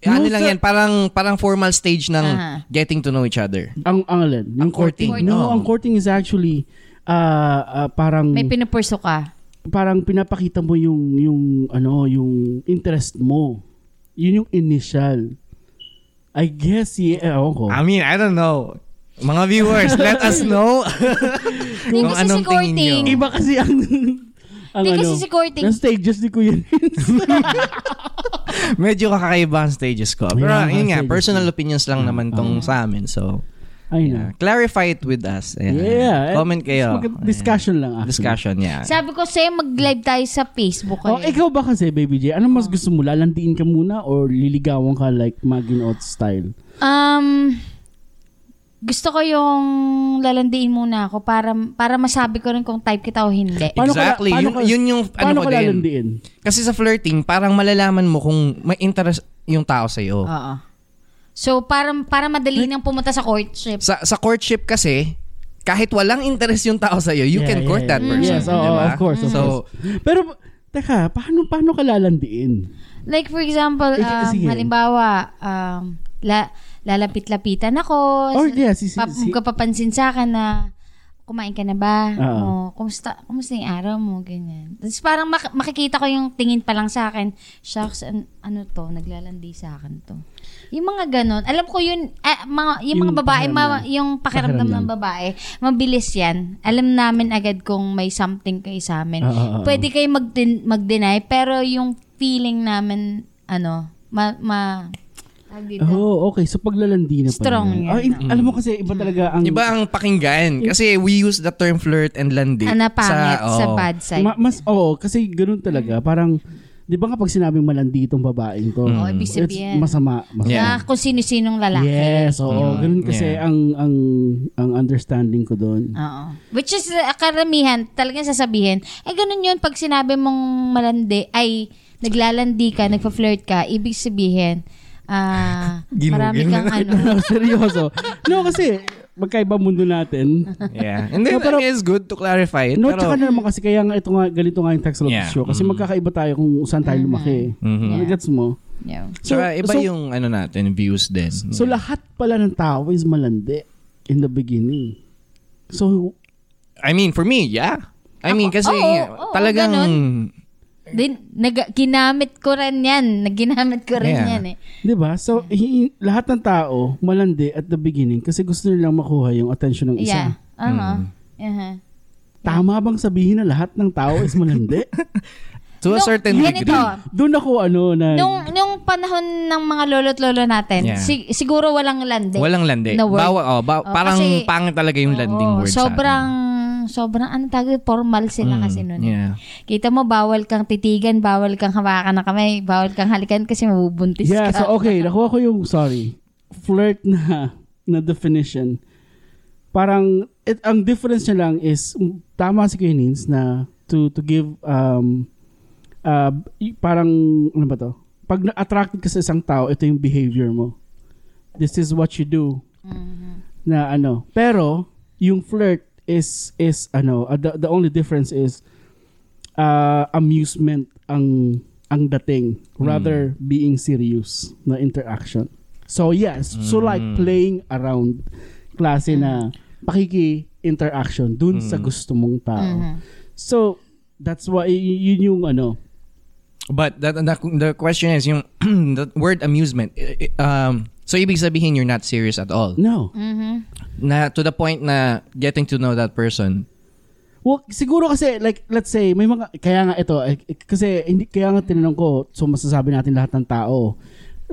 [SPEAKER 3] Eh, ano
[SPEAKER 1] No,
[SPEAKER 3] lang
[SPEAKER 1] sir.
[SPEAKER 3] yan, parang, parang formal stage ng
[SPEAKER 2] Aha.
[SPEAKER 3] getting to know each other.
[SPEAKER 1] Ang, ang alin? Ang
[SPEAKER 3] courting.
[SPEAKER 1] No,
[SPEAKER 3] Oh.
[SPEAKER 1] ang courting is actually, ah, ah, parang,
[SPEAKER 2] May pinupurso ka.
[SPEAKER 1] parang pinapakita mo yung, yung, ano, yung interest mo. Yun yung initial. I guess, yeah, ewan ko.
[SPEAKER 3] I mean, I don't know. Mga viewers, let us know
[SPEAKER 2] Hindi kasi si courting.
[SPEAKER 1] Iba kasi ang, ang
[SPEAKER 2] Hindi kasi
[SPEAKER 1] ano,
[SPEAKER 2] si courting.
[SPEAKER 1] ang stages ni Kuya Nins.
[SPEAKER 3] Medyo kakaiba ang stages ko. Pero
[SPEAKER 1] Yeah,
[SPEAKER 3] yun nga,
[SPEAKER 1] stages Mm,
[SPEAKER 3] personal opinions lang naman tong sa amin. So,
[SPEAKER 1] Ayun na.
[SPEAKER 3] yeah. clarify it with us. Ayan.
[SPEAKER 1] Yeah.
[SPEAKER 3] Comment
[SPEAKER 1] Mas
[SPEAKER 3] kayo.
[SPEAKER 1] maganda- Discussion lang
[SPEAKER 3] Ayan.
[SPEAKER 1] actually.
[SPEAKER 3] Discussion, yeah.
[SPEAKER 2] Sabi ko sa'yo, mag-live tayo sa Facebook.
[SPEAKER 1] Oh,
[SPEAKER 2] eh.
[SPEAKER 1] ikaw ba kasi, Baby J, ano mas
[SPEAKER 2] Ah.
[SPEAKER 1] gusto mo? Lalandiin ka muna or liligawan ka like Maginot style?
[SPEAKER 2] Um, gusto ko yung lalandiin muna ako para para masabi ko rin kung type kita o hindi.
[SPEAKER 1] Paano ka-
[SPEAKER 3] exactly.
[SPEAKER 1] paano
[SPEAKER 3] yun,
[SPEAKER 1] ka-
[SPEAKER 3] yun yung ano
[SPEAKER 1] Paano
[SPEAKER 3] ko
[SPEAKER 1] ka
[SPEAKER 3] din.
[SPEAKER 1] lalandiin?
[SPEAKER 3] Kasi sa flirting, parang malalaman mo kung may interest yung tao sa'yo.
[SPEAKER 1] Ah.
[SPEAKER 2] Oo. So, para, para madali nang pumunta sa courtship.
[SPEAKER 3] Sa, sa courtship kasi, kahit walang interest yung tao sa'yo, you
[SPEAKER 1] Yeah,
[SPEAKER 3] can court
[SPEAKER 1] yeah,
[SPEAKER 3] that
[SPEAKER 1] yeah.
[SPEAKER 3] person.
[SPEAKER 1] Yes, oo,
[SPEAKER 3] diba?
[SPEAKER 1] of course, of
[SPEAKER 3] so,
[SPEAKER 1] course. Pero, teka, paano, paano ka lalandiin?
[SPEAKER 2] Like, for example,
[SPEAKER 1] Sige,
[SPEAKER 2] um,
[SPEAKER 1] sige.
[SPEAKER 2] halimbawa, um, la, lalapit-lapitan ako.
[SPEAKER 1] Or Oh, yeah, si, si,
[SPEAKER 2] Pap-
[SPEAKER 1] si-
[SPEAKER 2] kapapansin sa akin na kumain ka na ba?
[SPEAKER 1] Oo.
[SPEAKER 2] O, kumusta, kumusta yung araw mo? Ganyan. Tapos parang mak- makikita ko yung tingin pa lang sa akin, shucks, an- ano to, naglalandi sa akin to. Yung mga ganon, alam ko yun, ah, mga, yung,
[SPEAKER 1] Yung
[SPEAKER 2] mga babae, ma-
[SPEAKER 1] pakiramdam.
[SPEAKER 2] yung pakiramdam, ng
[SPEAKER 1] Pakiramdam.
[SPEAKER 2] babae, mabilis yan. Alam namin agad kung may something kayo sa amin.
[SPEAKER 1] Oo, oo, oo.
[SPEAKER 2] Pwede kayo mag-den- mag-deny, pero yung feeling namin, ano, ma, ma, tawag dito.
[SPEAKER 1] Oh, okay. So, paglalandi na pala.
[SPEAKER 2] Strong yan.
[SPEAKER 1] Oh, in- Alam mo kasi, iba talaga ang...
[SPEAKER 3] iba ang pakinggan. Kasi we use the term flirt and oh, landi.
[SPEAKER 2] Ah, Mm. napangit sa,
[SPEAKER 3] oo.
[SPEAKER 2] bad side.
[SPEAKER 1] Ma- mas, oo, kasi ganun talaga. Parang, di ba kapag sinabing malandi itong babaeng to,
[SPEAKER 2] Oo, ibig
[SPEAKER 1] it's
[SPEAKER 2] sabihin.
[SPEAKER 1] masama. masama.
[SPEAKER 3] Yeah.
[SPEAKER 2] Na kung sino-sinong lalaki.
[SPEAKER 1] Yes, oo.
[SPEAKER 3] Yeah.
[SPEAKER 1] Ganun kasi
[SPEAKER 3] Yeah.
[SPEAKER 1] ang, ang, ang understanding ko doon.
[SPEAKER 2] Oo. Which is, uh, karamihan, talagang sasabihin, eh ganun yun, pag sinabi mong malandi, ay, naglalandi ka, nagpa-flirt ka, ibig sabihin, ah,
[SPEAKER 3] Ginugin
[SPEAKER 2] marami
[SPEAKER 3] na
[SPEAKER 2] kang ano.
[SPEAKER 1] No, seryoso. No, kasi magkaiba mundo natin.
[SPEAKER 3] Yeah. And then,
[SPEAKER 1] No, pero-
[SPEAKER 3] I mean, it's good to clarify it.
[SPEAKER 1] No,
[SPEAKER 3] Eh, pero,
[SPEAKER 1] tsaka na naman kasi kaya nga ito nga, ganito nga yung tax
[SPEAKER 3] Yeah.
[SPEAKER 1] ratio. Kasi
[SPEAKER 3] Mhm.
[SPEAKER 1] magkakaiba tayo kung saan
[SPEAKER 2] Mm-hmm.
[SPEAKER 1] tayo lumaki.
[SPEAKER 3] Mhm.
[SPEAKER 1] Ano,
[SPEAKER 2] Yeah.
[SPEAKER 1] Gets mo?
[SPEAKER 2] Yeah.
[SPEAKER 3] Tsaka iba
[SPEAKER 1] so,
[SPEAKER 3] yung ano natin, views din.
[SPEAKER 1] so lahat pala ng tao is malandi in the beginning. So,
[SPEAKER 3] I mean, for me, yeah. I mean, kasi
[SPEAKER 2] oo,
[SPEAKER 3] yeah,
[SPEAKER 2] oo,
[SPEAKER 3] talagang...
[SPEAKER 2] ganun. Din, nag, ginamit ko rin yan. Naginamit ko rin
[SPEAKER 3] Yeah.
[SPEAKER 2] yan eh.
[SPEAKER 1] 'di ba? So hi- lahat ng tao malandi at the beginning kasi gusto nilang makuha yung attention ng isa.
[SPEAKER 2] Yeah. Uh-huh. Uh-huh.
[SPEAKER 1] Tama bang sabihin na lahat ng tao is malandi?
[SPEAKER 3] To a
[SPEAKER 2] Nung-
[SPEAKER 3] certain
[SPEAKER 2] ganito,
[SPEAKER 3] degree.
[SPEAKER 1] Doon ako ano na
[SPEAKER 2] Nung, nung panahon ng mga lolo't lolo natin,
[SPEAKER 3] Yeah.
[SPEAKER 2] si- siguro walang landi.
[SPEAKER 3] Walang landi.
[SPEAKER 2] Na word.
[SPEAKER 3] Bawa, oh, ba-
[SPEAKER 2] Oh,
[SPEAKER 3] parang
[SPEAKER 2] kasi-
[SPEAKER 3] pangit talaga yung landing
[SPEAKER 2] Oo,
[SPEAKER 3] word
[SPEAKER 2] sobrang, sobrang, ano tawag, yun? formal sila
[SPEAKER 3] Mm,
[SPEAKER 2] kasi nun. eh.
[SPEAKER 3] yeah.
[SPEAKER 2] Kita mo, bawal kang titigan, bawal kang hawakan ng kamay, bawal kang halikan kasi mabubuntis
[SPEAKER 1] Yeah,
[SPEAKER 2] ka.
[SPEAKER 1] so okay, nakuha ko yung, sorry, flirt na, na definition. Parang, it, ang difference niya lang is, mm, tama si Kuya Nins na to, to give, um, uh, y- parang, ano ba to? Pag na-attracted ka sa isang tao, ito yung behavior mo. This is what you do.
[SPEAKER 2] Mm-hmm.
[SPEAKER 1] Na ano. Pero, yung flirt is, is ano, uh, the, the only difference is, uh, amusement ang ang dating rather being serious na interaction. So yes, so like playing around klase na pakiki interaction dun sa gusto mong tao.
[SPEAKER 2] Mhm.
[SPEAKER 1] So that's why y- yun yung ano.
[SPEAKER 3] But that, that, the question is, yung the word amusement, i- i- um, so ibig sabihin you're not serious at all.
[SPEAKER 1] No.
[SPEAKER 2] Mhm.
[SPEAKER 3] Na to the point na getting to know that person.
[SPEAKER 1] Well, siguro kasi like let's say may mga kaya nga ito eh, eh, kasi hindi kaya nga tinanong ko so masasabi natin lahat ng tao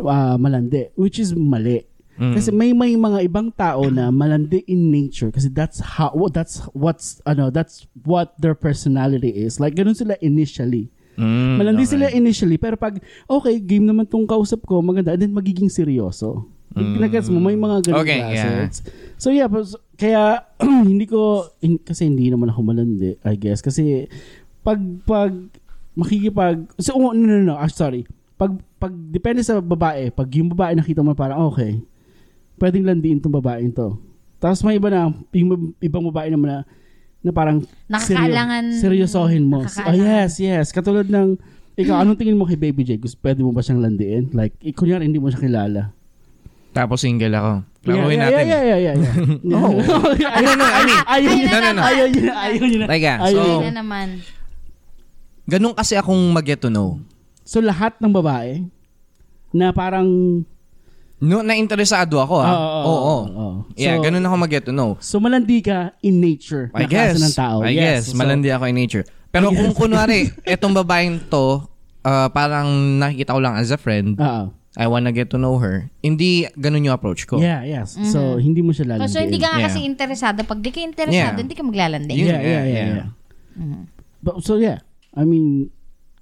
[SPEAKER 1] ah, malandi which is mali. Kasi may may mga ibang tao na malandi in nature kasi that's how well, that's what's ano that's what their personality is. Like ganun sila initially.
[SPEAKER 3] Mm,
[SPEAKER 1] Malandi
[SPEAKER 3] okay.
[SPEAKER 1] sila initially, pero pag, okay, game naman tong kausap ko, maganda, and then magiging seryoso. Mm. Nagets mo, may mga ganun
[SPEAKER 3] Okay,
[SPEAKER 1] klase.
[SPEAKER 3] yeah.
[SPEAKER 1] It's- So yeah, but, kaya hindi ko, hin- kasi hindi naman ako malandi, I guess. Kasi pag, pag, makikipag, so, oh, no, no, no, ah, sorry. Pag, pag, depende sa babae, pag yung babae nakita mo parang, okay, pwedeng landiin tong babaeng to. Tapos may iba na, yung ibang babae naman na, na parang
[SPEAKER 2] Nakakaalangan-
[SPEAKER 1] seryo- seryosohin mo. Oh,
[SPEAKER 2] nakakaalangan.
[SPEAKER 1] yes, yes. Katulad ng, ikaw, anong tingin mo kay Baby J? Gusto, pwede mo ba siyang landiin? Like, eh, kunyari, hindi mo siya kilala.
[SPEAKER 3] Tapos single ako. Laruin
[SPEAKER 1] yeah, Yeah,
[SPEAKER 3] natin.
[SPEAKER 1] yeah, yeah, yeah. yeah.
[SPEAKER 3] Oh.
[SPEAKER 1] ayaw,
[SPEAKER 3] no, I mean-
[SPEAKER 1] ayaw,
[SPEAKER 2] Ah, Ayun
[SPEAKER 1] niya.
[SPEAKER 2] na naman.
[SPEAKER 1] ayaw niya. Ayaw niya.
[SPEAKER 3] Teka,
[SPEAKER 1] Ayun.
[SPEAKER 3] so,
[SPEAKER 2] Ayun na naman.
[SPEAKER 3] ganun kasi akong mag-get to know.
[SPEAKER 1] So, lahat ng babae na parang...
[SPEAKER 3] No, na-interesado ako ha.
[SPEAKER 1] Oo, oo,
[SPEAKER 3] Oo.
[SPEAKER 1] oo.
[SPEAKER 3] Yeah,
[SPEAKER 1] So-
[SPEAKER 3] ganun ako mag-get to know.
[SPEAKER 1] So, malandi ka in nature.
[SPEAKER 3] I
[SPEAKER 1] na
[SPEAKER 3] guess.
[SPEAKER 1] klase ng tao.
[SPEAKER 3] I
[SPEAKER 1] yes.
[SPEAKER 3] guess. Malandi ako in nature. Pero kung kunwari, etong babaeng to, ah, parang nakikita ko lang as a friend,
[SPEAKER 1] So, oo.
[SPEAKER 3] I wanna get to know her. Hindi ganun yung approach ko.
[SPEAKER 1] Yeah, yes. So, hindi mo siya lalandiin.
[SPEAKER 2] Oh, So, Mm-hmm. hindi ka nga
[SPEAKER 3] Yeah.
[SPEAKER 2] kasi interesado. Pag di ka interesado,
[SPEAKER 3] Yeah.
[SPEAKER 2] hindi ka maglalandi.
[SPEAKER 3] Yun,
[SPEAKER 1] yeah, yeah, yeah.
[SPEAKER 3] yeah,
[SPEAKER 1] yeah.
[SPEAKER 2] Mm-hmm.
[SPEAKER 1] But, so, yeah. I mean,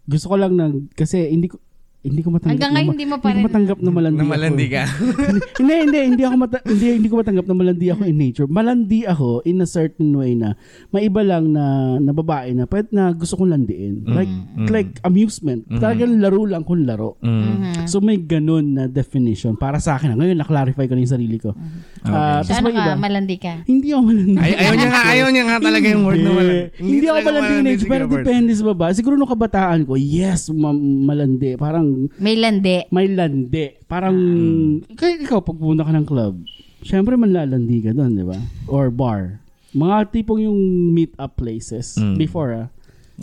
[SPEAKER 1] gusto ko lang na, kasi hindi ko, hindi ko matanggap.
[SPEAKER 2] Hanggang
[SPEAKER 1] na
[SPEAKER 2] ngayon,
[SPEAKER 1] ma-
[SPEAKER 2] hindi mo pa rin-
[SPEAKER 1] ko matanggap na malandi
[SPEAKER 3] Na malandi
[SPEAKER 1] ako.
[SPEAKER 3] ka.
[SPEAKER 1] hindi, hindi, hindi ako mata- hindi, hindi ko matanggap na malandi ako in nature. Malandi ako in a certain way na may iba lang na, na babae na pwede na gusto kong landiin.
[SPEAKER 3] Mm,
[SPEAKER 1] Like, like amusement. Talagang laro lang kung laro.
[SPEAKER 3] Mm.
[SPEAKER 2] Mm-hmm.
[SPEAKER 1] So may ganun na definition para sa akin. Ngayon, na-clarify ko na yung sarili ko. Ah,
[SPEAKER 2] So,
[SPEAKER 1] tapos
[SPEAKER 2] ano
[SPEAKER 1] may
[SPEAKER 2] ka?
[SPEAKER 1] iba.
[SPEAKER 2] Malandi ka.
[SPEAKER 1] hindi ako malandi.
[SPEAKER 3] Ay, ayaw niya nga, ayaw niya nga talaga yung word na malandi.
[SPEAKER 1] Hindi, hindi ako
[SPEAKER 3] talaga
[SPEAKER 1] malandi in nature,
[SPEAKER 3] si
[SPEAKER 1] pero
[SPEAKER 3] Gilbert.
[SPEAKER 1] depende sa baba. Siguro nung kabataan ko, yes, ma- malandi. Parang
[SPEAKER 2] May landi.
[SPEAKER 1] may landi. Parang,
[SPEAKER 3] Hmm.
[SPEAKER 1] kaya ikaw, pag pumunta ka ng club, syempre manlalandi ka doon, di ba? Or bar. Mga tipong yung meet-up places.
[SPEAKER 3] Mm.
[SPEAKER 1] Before, ah.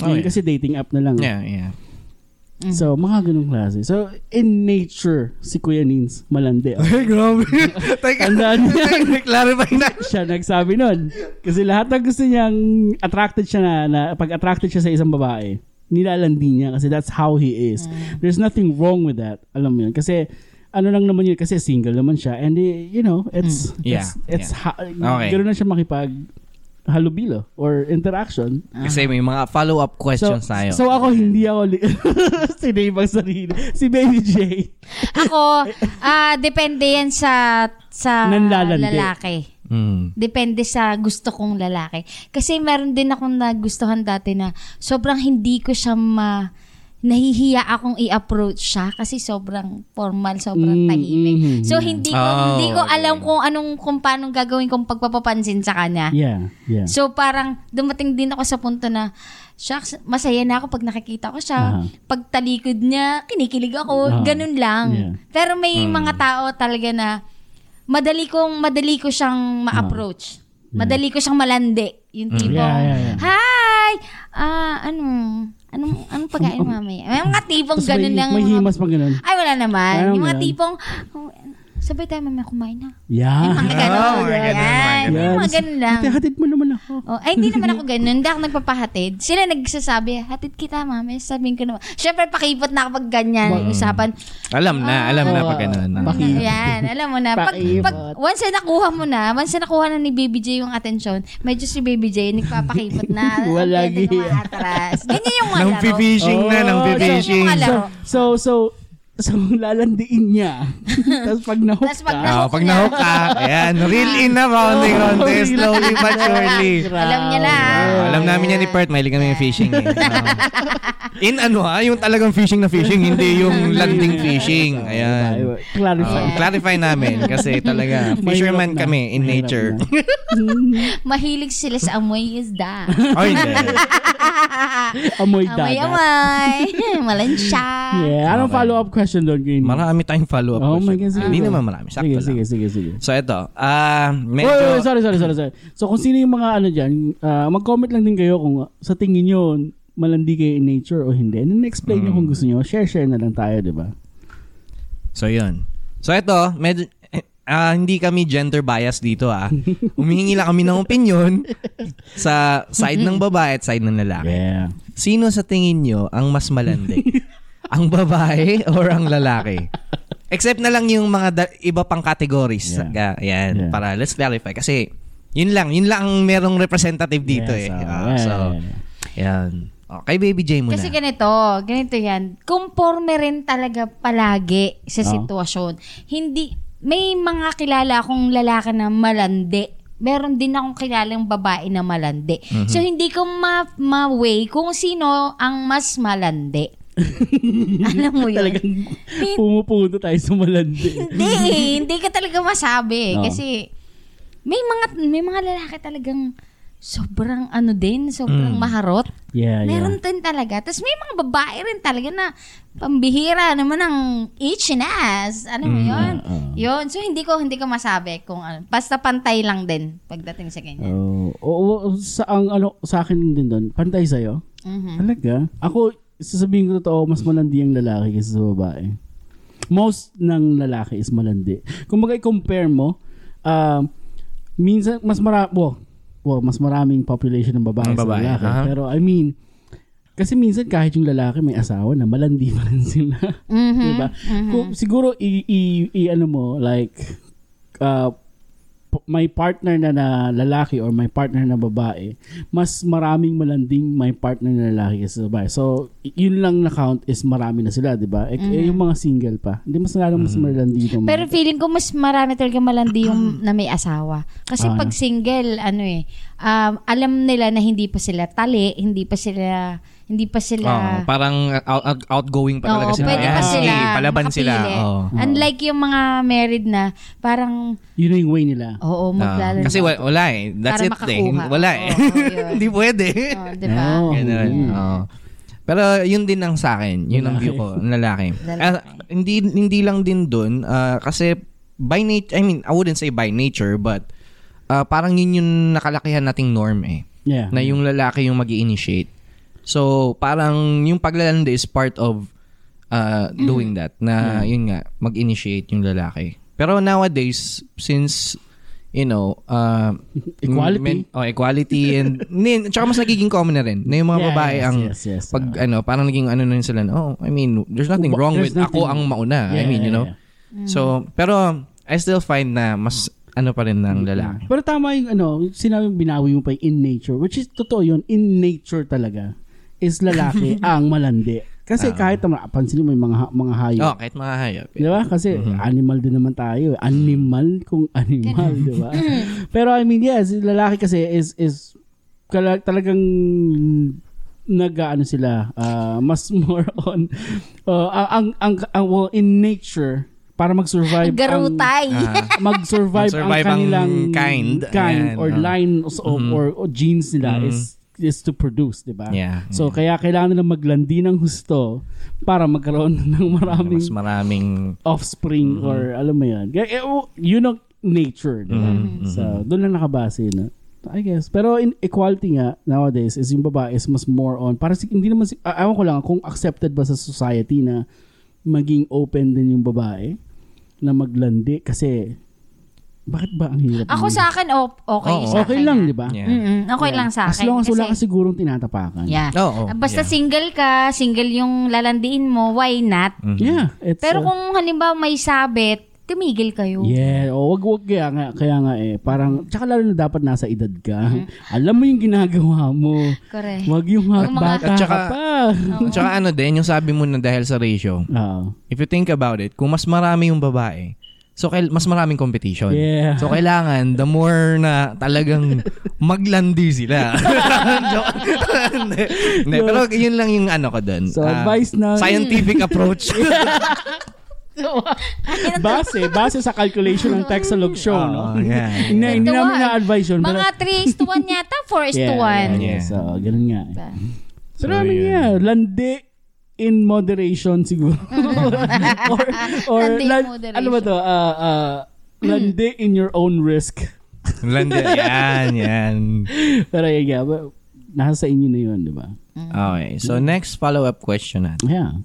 [SPEAKER 3] Oh,
[SPEAKER 1] Ngayon
[SPEAKER 3] yeah.
[SPEAKER 1] Kasi dating app na lang. ah.
[SPEAKER 3] Yeah, yeah.
[SPEAKER 1] So, mga ganung klase. So, in nature, si Kuya Nins, malandi. ah.
[SPEAKER 3] Ay, grabe. Teka,
[SPEAKER 1] Tandaan niya.
[SPEAKER 3] teka, clarify na.
[SPEAKER 1] siya nagsabi nun. Kasi lahat ng gusto niyang attracted siya na, na pag attracted siya sa isang babae, nilalandi niya kasi that's how he is.
[SPEAKER 2] Mm.
[SPEAKER 1] There's nothing wrong with that. Alam mo yun. Kasi ano lang naman yun kasi single naman siya and eh, you know, it's
[SPEAKER 3] Mm.
[SPEAKER 1] it's,
[SPEAKER 3] Yeah,
[SPEAKER 1] it's ha-
[SPEAKER 3] Okay.
[SPEAKER 1] ganun na siya makipag halubilo or interaction.
[SPEAKER 3] Kasi may mga follow-up
[SPEAKER 1] Ah.
[SPEAKER 3] questions
[SPEAKER 1] so,
[SPEAKER 3] tayo.
[SPEAKER 1] so ako hindi ako li- sinave ang sarili. Si Baby J.
[SPEAKER 2] Ako, ah depende yan sa sa
[SPEAKER 1] Nanlalandi.
[SPEAKER 2] lalaki.
[SPEAKER 3] Mm.
[SPEAKER 2] Depende sa gusto kong lalaki. Kasi meron din akong nagustuhan dati na sobrang hindi ko siya ma nahihiya akong i-approach siya kasi sobrang formal,
[SPEAKER 1] Mm,
[SPEAKER 2] sobrang tahimik.
[SPEAKER 1] mhm,
[SPEAKER 2] So
[SPEAKER 1] yeah.
[SPEAKER 2] hindi ko
[SPEAKER 3] Oh,
[SPEAKER 2] hindi ko
[SPEAKER 3] okay.
[SPEAKER 2] alam kung anong kung paano gagawin kong pagpapapansin sa kanya.
[SPEAKER 1] Yeah, yeah.
[SPEAKER 2] So parang dumating din ako sa punto na shucks, masaya na ako pag nakikita ko siya.
[SPEAKER 1] Aha.
[SPEAKER 2] Pag talikod niya, kinikilig ako.
[SPEAKER 1] Ah.
[SPEAKER 2] Ganun lang.
[SPEAKER 1] Yeah.
[SPEAKER 2] Pero may mga tao talaga na madali kong madali ko siyang ma-approach. Madali ko siyang malandi. Yung tipong,
[SPEAKER 1] Mm. Yeah, yeah, yeah.
[SPEAKER 2] Hi! Ah, ano? Anong, anong pagkain mamaya? May mga tipong
[SPEAKER 1] Tapos
[SPEAKER 2] ganun
[SPEAKER 1] may,
[SPEAKER 2] lang.
[SPEAKER 1] may
[SPEAKER 2] mga-
[SPEAKER 1] himas pang ganun.
[SPEAKER 2] Ay, wala naman.
[SPEAKER 1] Ayaw
[SPEAKER 2] yung mga
[SPEAKER 1] ganun.
[SPEAKER 2] tipong, "Oh, sabay tayo mamaya kumain na.
[SPEAKER 1] Yeah.
[SPEAKER 2] Mga ganun.
[SPEAKER 3] Oh, mga ganun, mga
[SPEAKER 2] Yan.
[SPEAKER 3] ganun.
[SPEAKER 2] Yung Mga ganun lang.
[SPEAKER 1] Ate, hatid mo naman ako.
[SPEAKER 2] Oh, ay, hindi naman ako ganun. Hindi ako nagpapahatid. Sila nagsasabi, hatid kita, mami. Sabihin ko naman. Siyempre, pakipot na kapag ganyan
[SPEAKER 1] Mm.
[SPEAKER 2] yung usapan.
[SPEAKER 3] Alam na, alam na pag ganun.
[SPEAKER 1] Ah, Bakit? Pakipot.
[SPEAKER 2] Yan, alam mo na. Pag,
[SPEAKER 1] Pakipot.
[SPEAKER 2] pag, once na nakuha mo na, once na nakuha na ni Baby J yung atensyon, medyo si Baby J nagpapakipot na.
[SPEAKER 1] Wala
[SPEAKER 2] Pwede
[SPEAKER 1] giya.
[SPEAKER 2] atras. Ganyan yung mga
[SPEAKER 3] Nang
[SPEAKER 2] laro.
[SPEAKER 3] fishing na, nang
[SPEAKER 1] Oh,
[SPEAKER 3] fishing.
[SPEAKER 2] yung mga
[SPEAKER 1] So, so, so, so, lalandiin niya. Tapos pag nahook
[SPEAKER 2] Tapos pag
[SPEAKER 1] ka,
[SPEAKER 2] nahook
[SPEAKER 3] Ah, pag
[SPEAKER 2] na.
[SPEAKER 3] nahook ka, ayan, reel in na konti-konti,
[SPEAKER 1] Oh,
[SPEAKER 3] slowly but surely.
[SPEAKER 2] Alam niya na.
[SPEAKER 3] Ah, alam namin yan ni Pert, mahilig kami yung fishing. Eh. Ah. in ano ha, yung talagang fishing na fishing, hindi yung landing fishing. Ayan.
[SPEAKER 1] Clarify.
[SPEAKER 3] Oh, clarify namin kasi talaga fisherman
[SPEAKER 1] Mahirap na.
[SPEAKER 3] kami in
[SPEAKER 1] Mahirap
[SPEAKER 3] nature.
[SPEAKER 1] na.
[SPEAKER 2] Mahilig sila sa amoy isda.
[SPEAKER 3] oh, hindi.
[SPEAKER 1] Amoy
[SPEAKER 2] amoy,
[SPEAKER 1] dagat.
[SPEAKER 2] amoy. Malansya.
[SPEAKER 1] Yeah. Anong
[SPEAKER 3] Okay.
[SPEAKER 1] follow-up question doon, Green?
[SPEAKER 3] Marami tayong follow-up
[SPEAKER 1] Oh
[SPEAKER 3] question.
[SPEAKER 1] my God, sige.
[SPEAKER 3] Hindi naman marami, sakto
[SPEAKER 1] Sige,
[SPEAKER 3] lang.
[SPEAKER 1] sige, sige, sige.
[SPEAKER 3] So ito, ah medyo...
[SPEAKER 1] Wait, wait, sorry, sorry, sorry, sorry. So kung sino yung mga ano dyan, ah, mag-comment lang din kayo kung sa tingin nyo malandi kayo in nature o hindi. And then explain nyo kung
[SPEAKER 3] Hmm.
[SPEAKER 1] gusto nyo. Share, share na lang tayo, di ba?
[SPEAKER 3] So, yun. So, ito, medyo, eh, ah, hindi kami gender bias dito ah. Humihingi lang kami ng opinion sa side ng babae at side ng lalaki.
[SPEAKER 1] Yeah.
[SPEAKER 3] Sino sa tingin nyo ang mas malandi? ang babae or ang lalaki? Except na lang yung mga da- iba pang categories.
[SPEAKER 1] Yeah.
[SPEAKER 3] Ga- yan,
[SPEAKER 1] Yeah.
[SPEAKER 3] para let's clarify. Kasi, yun lang, yun lang ang merong representative dito eh.
[SPEAKER 1] Yes, ah,
[SPEAKER 3] Ah,
[SPEAKER 1] yeah,
[SPEAKER 3] so,
[SPEAKER 1] yeah, yeah.
[SPEAKER 3] yan. Oh, kay Baby J muna.
[SPEAKER 2] Kasi ganito, ganito yan. Kumporme rin talaga palagi sa
[SPEAKER 1] Oo.
[SPEAKER 2] sitwasyon. Hindi, may mga kilala akong lalaki na malandi. Meron din akong kilalang babae na malandi. So, hindi ko ma- ma-weigh kung sino ang mas malandi. Alam mo yun?
[SPEAKER 1] Talagang pumupunta tayo sa malandi.
[SPEAKER 2] hindi, eh. hindi ka talaga masabi. eh.
[SPEAKER 1] Oo.
[SPEAKER 2] Kasi, may mga, may mga lalaki talagang sobrang ano din, sobrang maharot.
[SPEAKER 1] Yeah, yeah.
[SPEAKER 2] Meron din talaga. Tapos may mga babae rin talaga na pambihira naman ang itch and ass. Ano
[SPEAKER 3] Mm,
[SPEAKER 2] mo yun?
[SPEAKER 1] ah, ah.
[SPEAKER 2] Yun. So, hindi ko, hindi ko masabi kung ano. Basta pantay lang din pagdating sa ganyan.
[SPEAKER 1] Oh, oo, sa ang ano sa akin din doon, pantay sa'yo.
[SPEAKER 3] Mm.
[SPEAKER 2] Mhm.
[SPEAKER 1] Talaga? Ako, sasabihin ko totoo, mas malandi ang lalaki kaysa sa babae. Most ng lalaki is malandi. Kung magay compare mo, um, minsan, mas marami, well, well, mas maraming population ng babae,
[SPEAKER 3] Ng
[SPEAKER 1] sa
[SPEAKER 3] babae,
[SPEAKER 1] lalaki.
[SPEAKER 3] aha.
[SPEAKER 1] Pero I mean, kasi minsan kahit yung lalaki may asawa na malandi pa rin sila.
[SPEAKER 2] Mhm.
[SPEAKER 1] Diba? Kung, siguro, i, i, i, ano mo, like, uh, p- may partner na, na lalaki or may partner na babae, mas maraming malanding may partner na lalaki kaysa sa babae. So, y- yun lang na count is marami na sila, di ba? Eh, eh, yung mga single pa. Hindi mas lalo mas
[SPEAKER 3] Mm-hmm.
[SPEAKER 1] malanding yung mga-
[SPEAKER 2] Pero feeling ko mas marami talaga malandi yung na may asawa. Kasi
[SPEAKER 1] Ah,
[SPEAKER 2] pag
[SPEAKER 1] ano?
[SPEAKER 2] single, ano eh, um, alam nila na hindi pa sila tali, hindi pa sila, hindi pa sila...
[SPEAKER 3] Oo, parang out- out- outgoing pa talaga
[SPEAKER 2] Oo,
[SPEAKER 3] sila.
[SPEAKER 2] pwede pa
[SPEAKER 3] Yes,
[SPEAKER 2] sila.
[SPEAKER 3] eh, Palaban
[SPEAKER 2] makapili.
[SPEAKER 3] sila. Oo.
[SPEAKER 2] Unlike yung mga married na, parang,
[SPEAKER 1] yun na yung way nila.
[SPEAKER 2] oo,
[SPEAKER 3] Ah,
[SPEAKER 2] maglalaro.
[SPEAKER 3] kasi wa- wala eh. That's
[SPEAKER 2] Para
[SPEAKER 3] it eh.
[SPEAKER 2] makakuha.
[SPEAKER 3] Wala eh.
[SPEAKER 2] Oo, yun. Mm.
[SPEAKER 3] Hindi pwede.
[SPEAKER 2] Oh, di ba?
[SPEAKER 1] Oo.
[SPEAKER 3] Ganun. oo. Pero yun din ang sa akin, yun ang view ko, ng lalaki.
[SPEAKER 2] Lalaki.
[SPEAKER 3] Ah, hindi hindi lang din doon kasi by nature, I mean, I wouldn't say by nature but ah, parang yun yung nakalakihan nating norm eh
[SPEAKER 1] Yeah.
[SPEAKER 3] na yung lalaki yung mag initiate So, parang yung paglalandi is part of uh, doing that. Na, yun nga, mag-initiate yung lalaki. Pero nowadays, since, you know, uh,
[SPEAKER 1] Equality.
[SPEAKER 3] oh, equality and, nin, tsaka mas nagiging common na rin na yung mga
[SPEAKER 1] Yeah,
[SPEAKER 3] babae
[SPEAKER 1] yes,
[SPEAKER 3] ang,
[SPEAKER 1] yes, yes.
[SPEAKER 3] pag,
[SPEAKER 1] Oo.
[SPEAKER 3] ano, parang naging ano na rin sila, na, oh, I mean, there's nothing
[SPEAKER 1] Uba-
[SPEAKER 3] wrong
[SPEAKER 1] there's
[SPEAKER 3] with ako
[SPEAKER 1] nothing-
[SPEAKER 3] ang mauna. I
[SPEAKER 1] Yeah,
[SPEAKER 3] mean, you
[SPEAKER 1] yeah, Mm.
[SPEAKER 3] know? So, pero, I still find na mas, ano pa rin ng lalaki.
[SPEAKER 1] Pero tama yung ano, sinabi binawi mo pa yung in nature, which is totoo yun, in nature talaga is lalaki ang malandi. Kasi
[SPEAKER 3] Ah.
[SPEAKER 1] kahit naman, pansin mo yung mga, ha- mga hayop.
[SPEAKER 3] Oh, kahit mga hayop.
[SPEAKER 1] Di ba? Kasi
[SPEAKER 3] Mm-hmm.
[SPEAKER 1] animal din naman tayo. eh. Animal kung animal, di ba? Pero I mean, yes, lalaki kasi is is kala, talagang nag ano sila ah, mas more on ah, ang ang, ang well, in nature para mag-survive ang-
[SPEAKER 2] Garutay.
[SPEAKER 3] Ah.
[SPEAKER 1] mag-survive ang
[SPEAKER 3] Mag-survive ang
[SPEAKER 1] kanilang
[SPEAKER 3] kind.
[SPEAKER 1] kind
[SPEAKER 3] Ayan,
[SPEAKER 1] or
[SPEAKER 3] oh.
[SPEAKER 1] line of, or, or genes nila is is to produce, di ba?
[SPEAKER 3] Yeah. Mm-hmm.
[SPEAKER 1] So, kaya kailangan nila maglandi ng husto para magkaroon ng maraming
[SPEAKER 3] mas maraming
[SPEAKER 1] offspring
[SPEAKER 3] Mm-hmm.
[SPEAKER 1] or alam mo yan. Kaya, eh, oh, Yun ang nature, di ba?
[SPEAKER 3] Mm-hmm.
[SPEAKER 2] Mm-hmm.
[SPEAKER 1] So, doon lang nakabase na. I guess. Pero in equality nga, nowadays, is yung babae is mas more on, para si, hindi naman, si, ah, ewan ko lang kung accepted ba sa society na maging open din yung babae na maglandi kasi bakit ba ang hirap?
[SPEAKER 2] Ako
[SPEAKER 1] ng-
[SPEAKER 2] sa akin, op- okay
[SPEAKER 3] Oo.
[SPEAKER 2] sa akin.
[SPEAKER 1] Okay lang, di ba?
[SPEAKER 3] Yeah.
[SPEAKER 2] Mm-mm, okay lang sa akin.
[SPEAKER 1] As long as wala ka
[SPEAKER 2] kasi,
[SPEAKER 1] sigurong tinatapakan.
[SPEAKER 2] yeah.
[SPEAKER 3] Oo,
[SPEAKER 2] Ah, Basta
[SPEAKER 3] yeah.
[SPEAKER 2] single ka, single yung lalandiin mo, why not?
[SPEAKER 1] Yeah. It's uh,
[SPEAKER 2] Pero
[SPEAKER 1] a-
[SPEAKER 2] kung halimbawa may sabit, tumigil kayo.
[SPEAKER 1] Yeah, o wag wag kaya nga, kaya nga eh, parang tsaka lalo na dapat nasa edad ka.
[SPEAKER 2] Mm-hmm.
[SPEAKER 1] Alam mo yung ginagawa mo.
[SPEAKER 2] Correct.
[SPEAKER 1] Wag yung mga
[SPEAKER 2] Yung mga-
[SPEAKER 1] bata
[SPEAKER 3] At tsaka-
[SPEAKER 1] ka pa.
[SPEAKER 3] At saka ano din, yung sabi mo na dahil sa ratio,
[SPEAKER 1] Oo.
[SPEAKER 3] if you think about it, kung mas marami yung babae, so kail- mas maraming competition.
[SPEAKER 1] Yeah.
[SPEAKER 3] So kailangan, the more na talagang maglandi sila. Joke. Hindi. Hindi, pero yun lang yung ano ko dun.
[SPEAKER 1] So,
[SPEAKER 3] Ah,
[SPEAKER 1] advice na-
[SPEAKER 3] Scientific approach.
[SPEAKER 1] base, base sa calculation ng Texalog show, no?
[SPEAKER 3] Oo, Ah, yeah.
[SPEAKER 1] Hindi hindi
[SPEAKER 2] Ito,
[SPEAKER 1] namin
[SPEAKER 2] ah,
[SPEAKER 1] na-advise yun. pero-
[SPEAKER 2] Mga 3 is to 1 yata, 4 is to
[SPEAKER 1] yeah,
[SPEAKER 2] 1.
[SPEAKER 1] Yeah, yeah. So, ganun nga. Eh.
[SPEAKER 2] Diba?
[SPEAKER 1] So, ano nga, landi in moderation siguro. or, or
[SPEAKER 2] Landi in
[SPEAKER 1] lan-
[SPEAKER 2] moderation.
[SPEAKER 1] ano ba to? Ah, ah, landi in your own risk.
[SPEAKER 3] Landi. Yan, yan.
[SPEAKER 1] Pero yun nga, but nasa sa inyo na yun, di ba?
[SPEAKER 3] Okay. So next follow-up question natin.
[SPEAKER 1] Yeah.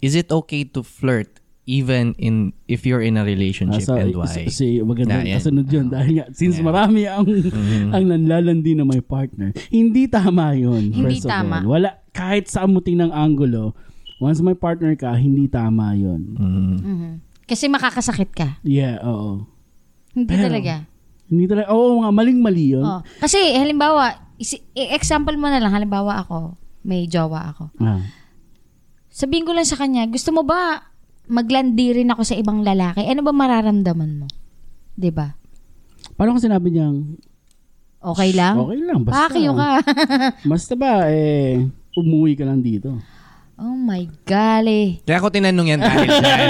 [SPEAKER 3] Is it okay to flirt even in if you're in
[SPEAKER 1] Ah,
[SPEAKER 3] a relationship
[SPEAKER 1] so,
[SPEAKER 3] and Ah,
[SPEAKER 1] so,
[SPEAKER 3] why?
[SPEAKER 1] so, maganda
[SPEAKER 3] Yeah, yeah.
[SPEAKER 1] kasunod yun. Dahil nga, since marami ang,
[SPEAKER 3] Mm-hmm.
[SPEAKER 1] ang nanlalandi na may partner, hindi tama yun.
[SPEAKER 2] Hindi
[SPEAKER 1] first of
[SPEAKER 2] tama.
[SPEAKER 1] all. Wala, kahit sa amuting ng angulo, once may partner ka, hindi tama yun.
[SPEAKER 3] Mhm.
[SPEAKER 2] Mhm. Kasi makakasakit ka.
[SPEAKER 1] Yeah, oo.
[SPEAKER 2] Hindi
[SPEAKER 1] Pero-
[SPEAKER 2] talaga.
[SPEAKER 1] Hindi talaga, oo nga, maling-mali yun.
[SPEAKER 2] Oh. Kasi halimbawa, isi- i- example mo na lang, halimbawa ako, may jowa ako.
[SPEAKER 1] Ah.
[SPEAKER 2] Sabihin ko lang sa kanya, gusto mo ba maglandi rin ako sa ibang lalaki? Ano ba mararamdaman mo? 'Di ba?
[SPEAKER 1] Parang sinabi niyang,
[SPEAKER 2] Okay lang?
[SPEAKER 1] okay lang, basta.
[SPEAKER 2] Pakyo ka.
[SPEAKER 1] Basta ba, eh, umuwi ka lang dito.
[SPEAKER 2] oh my eh. golly.
[SPEAKER 3] Kaya ako tinanong yan dahil dyan.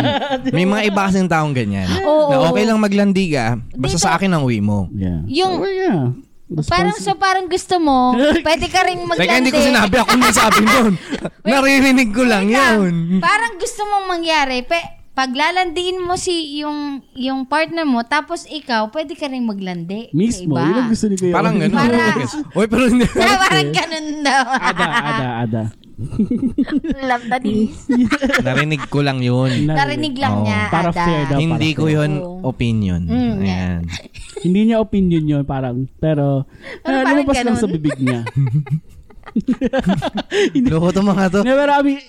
[SPEAKER 3] May mga iba kasing taong ganyan.
[SPEAKER 2] Oo.
[SPEAKER 3] Na okay lang maglandi ka, basta sa akin ang uwi mo.
[SPEAKER 1] Yeah.
[SPEAKER 2] Yung-
[SPEAKER 1] So, yeah.
[SPEAKER 2] Parang so parang gusto mo, pwede ka rin maglandi.
[SPEAKER 3] Teka, hindi ko sinabi ako nang sabi nun. Naririnig ko lang yun.
[SPEAKER 2] Parang gusto mong mangyari, pe, paglalandiin mo si yung yung partner mo tapos ikaw pwede ka rin maglandi. sa
[SPEAKER 1] Mismo,
[SPEAKER 2] iba.
[SPEAKER 1] yun ang gusto ni Kuya.
[SPEAKER 3] Parang
[SPEAKER 1] Owen.
[SPEAKER 3] ganun.
[SPEAKER 2] Parang-
[SPEAKER 3] Uy, pero hindi.
[SPEAKER 2] Parang, parang ganun daw.
[SPEAKER 1] ada, ada, ada.
[SPEAKER 2] Love that is.
[SPEAKER 3] Narinig ko lang yun.
[SPEAKER 2] Narinig lang
[SPEAKER 3] Oo.
[SPEAKER 2] niya.
[SPEAKER 1] Para
[SPEAKER 2] ada.
[SPEAKER 1] fair daw.
[SPEAKER 3] Hindi ko yun
[SPEAKER 2] Oo.
[SPEAKER 3] opinion.
[SPEAKER 2] Mm,
[SPEAKER 3] Ayan.
[SPEAKER 1] Hindi niya opinion yun, parang. Pero,
[SPEAKER 2] Parang
[SPEAKER 1] parang lumabas
[SPEAKER 2] ganun.
[SPEAKER 1] lang sa bibig niya.
[SPEAKER 3] Loko to mga to.
[SPEAKER 1] Na, pero, I mean,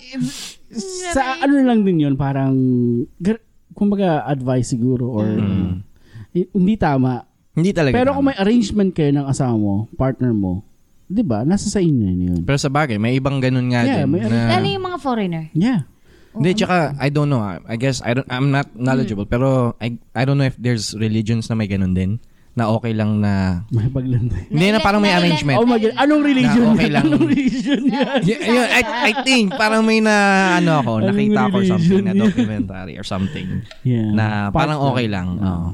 [SPEAKER 1] sa ano lang din yun, parang, gar- kumbaga, advice siguro, or,
[SPEAKER 3] Mm.
[SPEAKER 1] eh, hindi tama.
[SPEAKER 3] Hindi talaga.
[SPEAKER 1] Pero
[SPEAKER 3] tama.
[SPEAKER 1] kung may arrangement kayo ng asawa mo, partner mo, di ba, nasa sa inyo yun yun.
[SPEAKER 3] Pero sa bagay, may ibang ganun nga
[SPEAKER 1] Yeah,
[SPEAKER 3] din.
[SPEAKER 1] may-
[SPEAKER 3] na-
[SPEAKER 2] Lalo yung mga foreigner.
[SPEAKER 1] Yeah.
[SPEAKER 3] Hindi, tsaka, I don't know. ah. I guess, I don't, I'm not knowledgeable.
[SPEAKER 1] Hmm.
[SPEAKER 3] Pero, I, I don't know if there's religions na may ganun din. Na okay lang na...
[SPEAKER 1] May paglanday.
[SPEAKER 3] Hindi na
[SPEAKER 2] ilan-
[SPEAKER 3] parang may
[SPEAKER 2] na ilan-
[SPEAKER 3] arrangement.
[SPEAKER 1] Oh my God, anong religion
[SPEAKER 3] Na
[SPEAKER 1] yan?
[SPEAKER 3] okay lang.
[SPEAKER 1] Anong religion yan?
[SPEAKER 3] Y- yun, I, I think, parang may na, ano ako,
[SPEAKER 1] Anong
[SPEAKER 3] nakita ko or
[SPEAKER 1] religion
[SPEAKER 3] something, na
[SPEAKER 1] yun?
[SPEAKER 3] documentary or something.
[SPEAKER 1] Yeah. Ah.
[SPEAKER 3] Na parang
[SPEAKER 1] Partner.
[SPEAKER 3] okay lang. oo.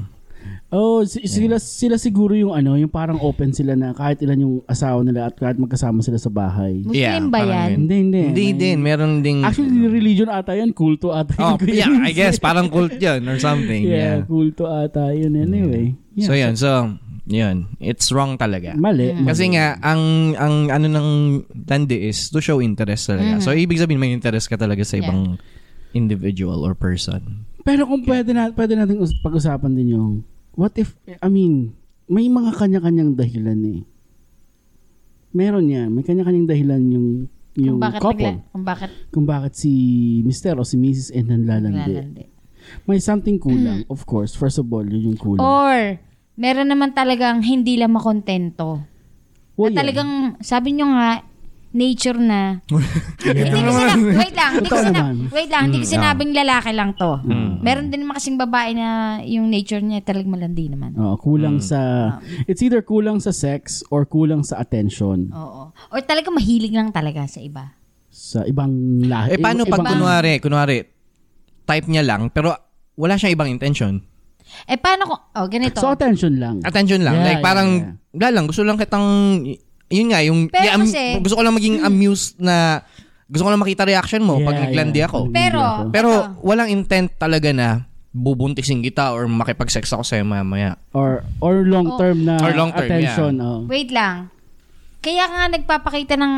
[SPEAKER 1] Oh, si- sila, sila siguro yung ano, yung parang open sila na kahit ilan yung asawa nila at kahit magkasama sila sa bahay.
[SPEAKER 2] Muslim
[SPEAKER 3] Yeah,
[SPEAKER 2] ba
[SPEAKER 3] parang
[SPEAKER 2] yan?
[SPEAKER 3] yun.
[SPEAKER 1] Hindi, hindi.
[SPEAKER 3] Hindi
[SPEAKER 1] May-
[SPEAKER 3] din, meron ding...
[SPEAKER 1] Actually, religion ata yan. Kulto ata yun.
[SPEAKER 3] Mm. Ano? Oh, yeah, I guess, parang cult yun or something.
[SPEAKER 1] Yeah,
[SPEAKER 3] Yeah.
[SPEAKER 1] kulto ata yun. Anyway. Yeah.
[SPEAKER 3] So, yun. So, yun. It's wrong talaga.
[SPEAKER 1] Mali. mali.
[SPEAKER 3] Kasi nga, ang ang ano ng landi is to show interest talaga. So, ibig sabihin may interest ka talaga sa
[SPEAKER 2] Mm-hmm. Yeah.
[SPEAKER 3] ibang individual or person.
[SPEAKER 1] Pero kung pwede, na, pwede natin us- pag-usapan din yung, what if, I mean, may mga kanya-kanyang dahilan eh. Meron yan. May kanya-kanyang dahilan yung yung
[SPEAKER 2] kung bakit
[SPEAKER 1] couple.
[SPEAKER 2] nagla- kung bakit
[SPEAKER 1] Kung bakit si Mr. o si Mrs. and nanlalandi.
[SPEAKER 2] naglalandi.
[SPEAKER 1] May something
[SPEAKER 2] Hmm.
[SPEAKER 1] kulang, of course. First of all, yun yung kulang.
[SPEAKER 2] Or, meron naman talagang hindi lang makontento.
[SPEAKER 1] Well, yan.
[SPEAKER 2] na talagang, sabi nyo nga, nature na. hindi ko sina- wait lang, hindi ko
[SPEAKER 1] Totoo
[SPEAKER 2] sina-
[SPEAKER 1] naman.
[SPEAKER 2] wait lang, hindi ko
[SPEAKER 3] Mm,
[SPEAKER 2] sinabing lalaki lang to.
[SPEAKER 3] Mm.
[SPEAKER 2] Meron din naman kasing babae na yung nature niya talagang malandi naman.
[SPEAKER 1] Oo, kulang
[SPEAKER 3] Hmm.
[SPEAKER 1] sa,
[SPEAKER 2] Oh.
[SPEAKER 1] it's either kulang sa sex or kulang sa attention
[SPEAKER 2] Oo. Or talaga mahilig lang talaga sa iba.
[SPEAKER 1] sa ibang lahi.
[SPEAKER 3] Eh, paano
[SPEAKER 1] ibang-
[SPEAKER 3] pag kunwari, kunwari, type niya lang, pero wala siyang ibang intention.
[SPEAKER 2] Eh, paano kung, oh, ganito.
[SPEAKER 1] So, attention lang.
[SPEAKER 3] Attention lang.
[SPEAKER 1] Yeah,
[SPEAKER 3] like,
[SPEAKER 1] yeah,
[SPEAKER 3] parang,
[SPEAKER 1] yeah.
[SPEAKER 3] wala lang, gusto lang kitang, yun nga, yung,
[SPEAKER 2] Pero
[SPEAKER 3] yeah, am-
[SPEAKER 2] kasi- Mm.
[SPEAKER 3] gusto ko lang maging amused na, gusto ko lang makita reaction mo
[SPEAKER 1] Yeah,
[SPEAKER 3] pag naglandi
[SPEAKER 1] yeah.
[SPEAKER 3] ako.
[SPEAKER 2] Pero,
[SPEAKER 3] Pero, walang intent talaga na bubuntisin kita or makipag-sex ako sa'yo mamaya.
[SPEAKER 1] Or or
[SPEAKER 2] Oh.
[SPEAKER 1] long term na
[SPEAKER 3] Or long term,
[SPEAKER 1] attention. oh.
[SPEAKER 3] yeah.
[SPEAKER 1] oo.
[SPEAKER 2] Wait lang. Kaya ka nga nagpapakita ng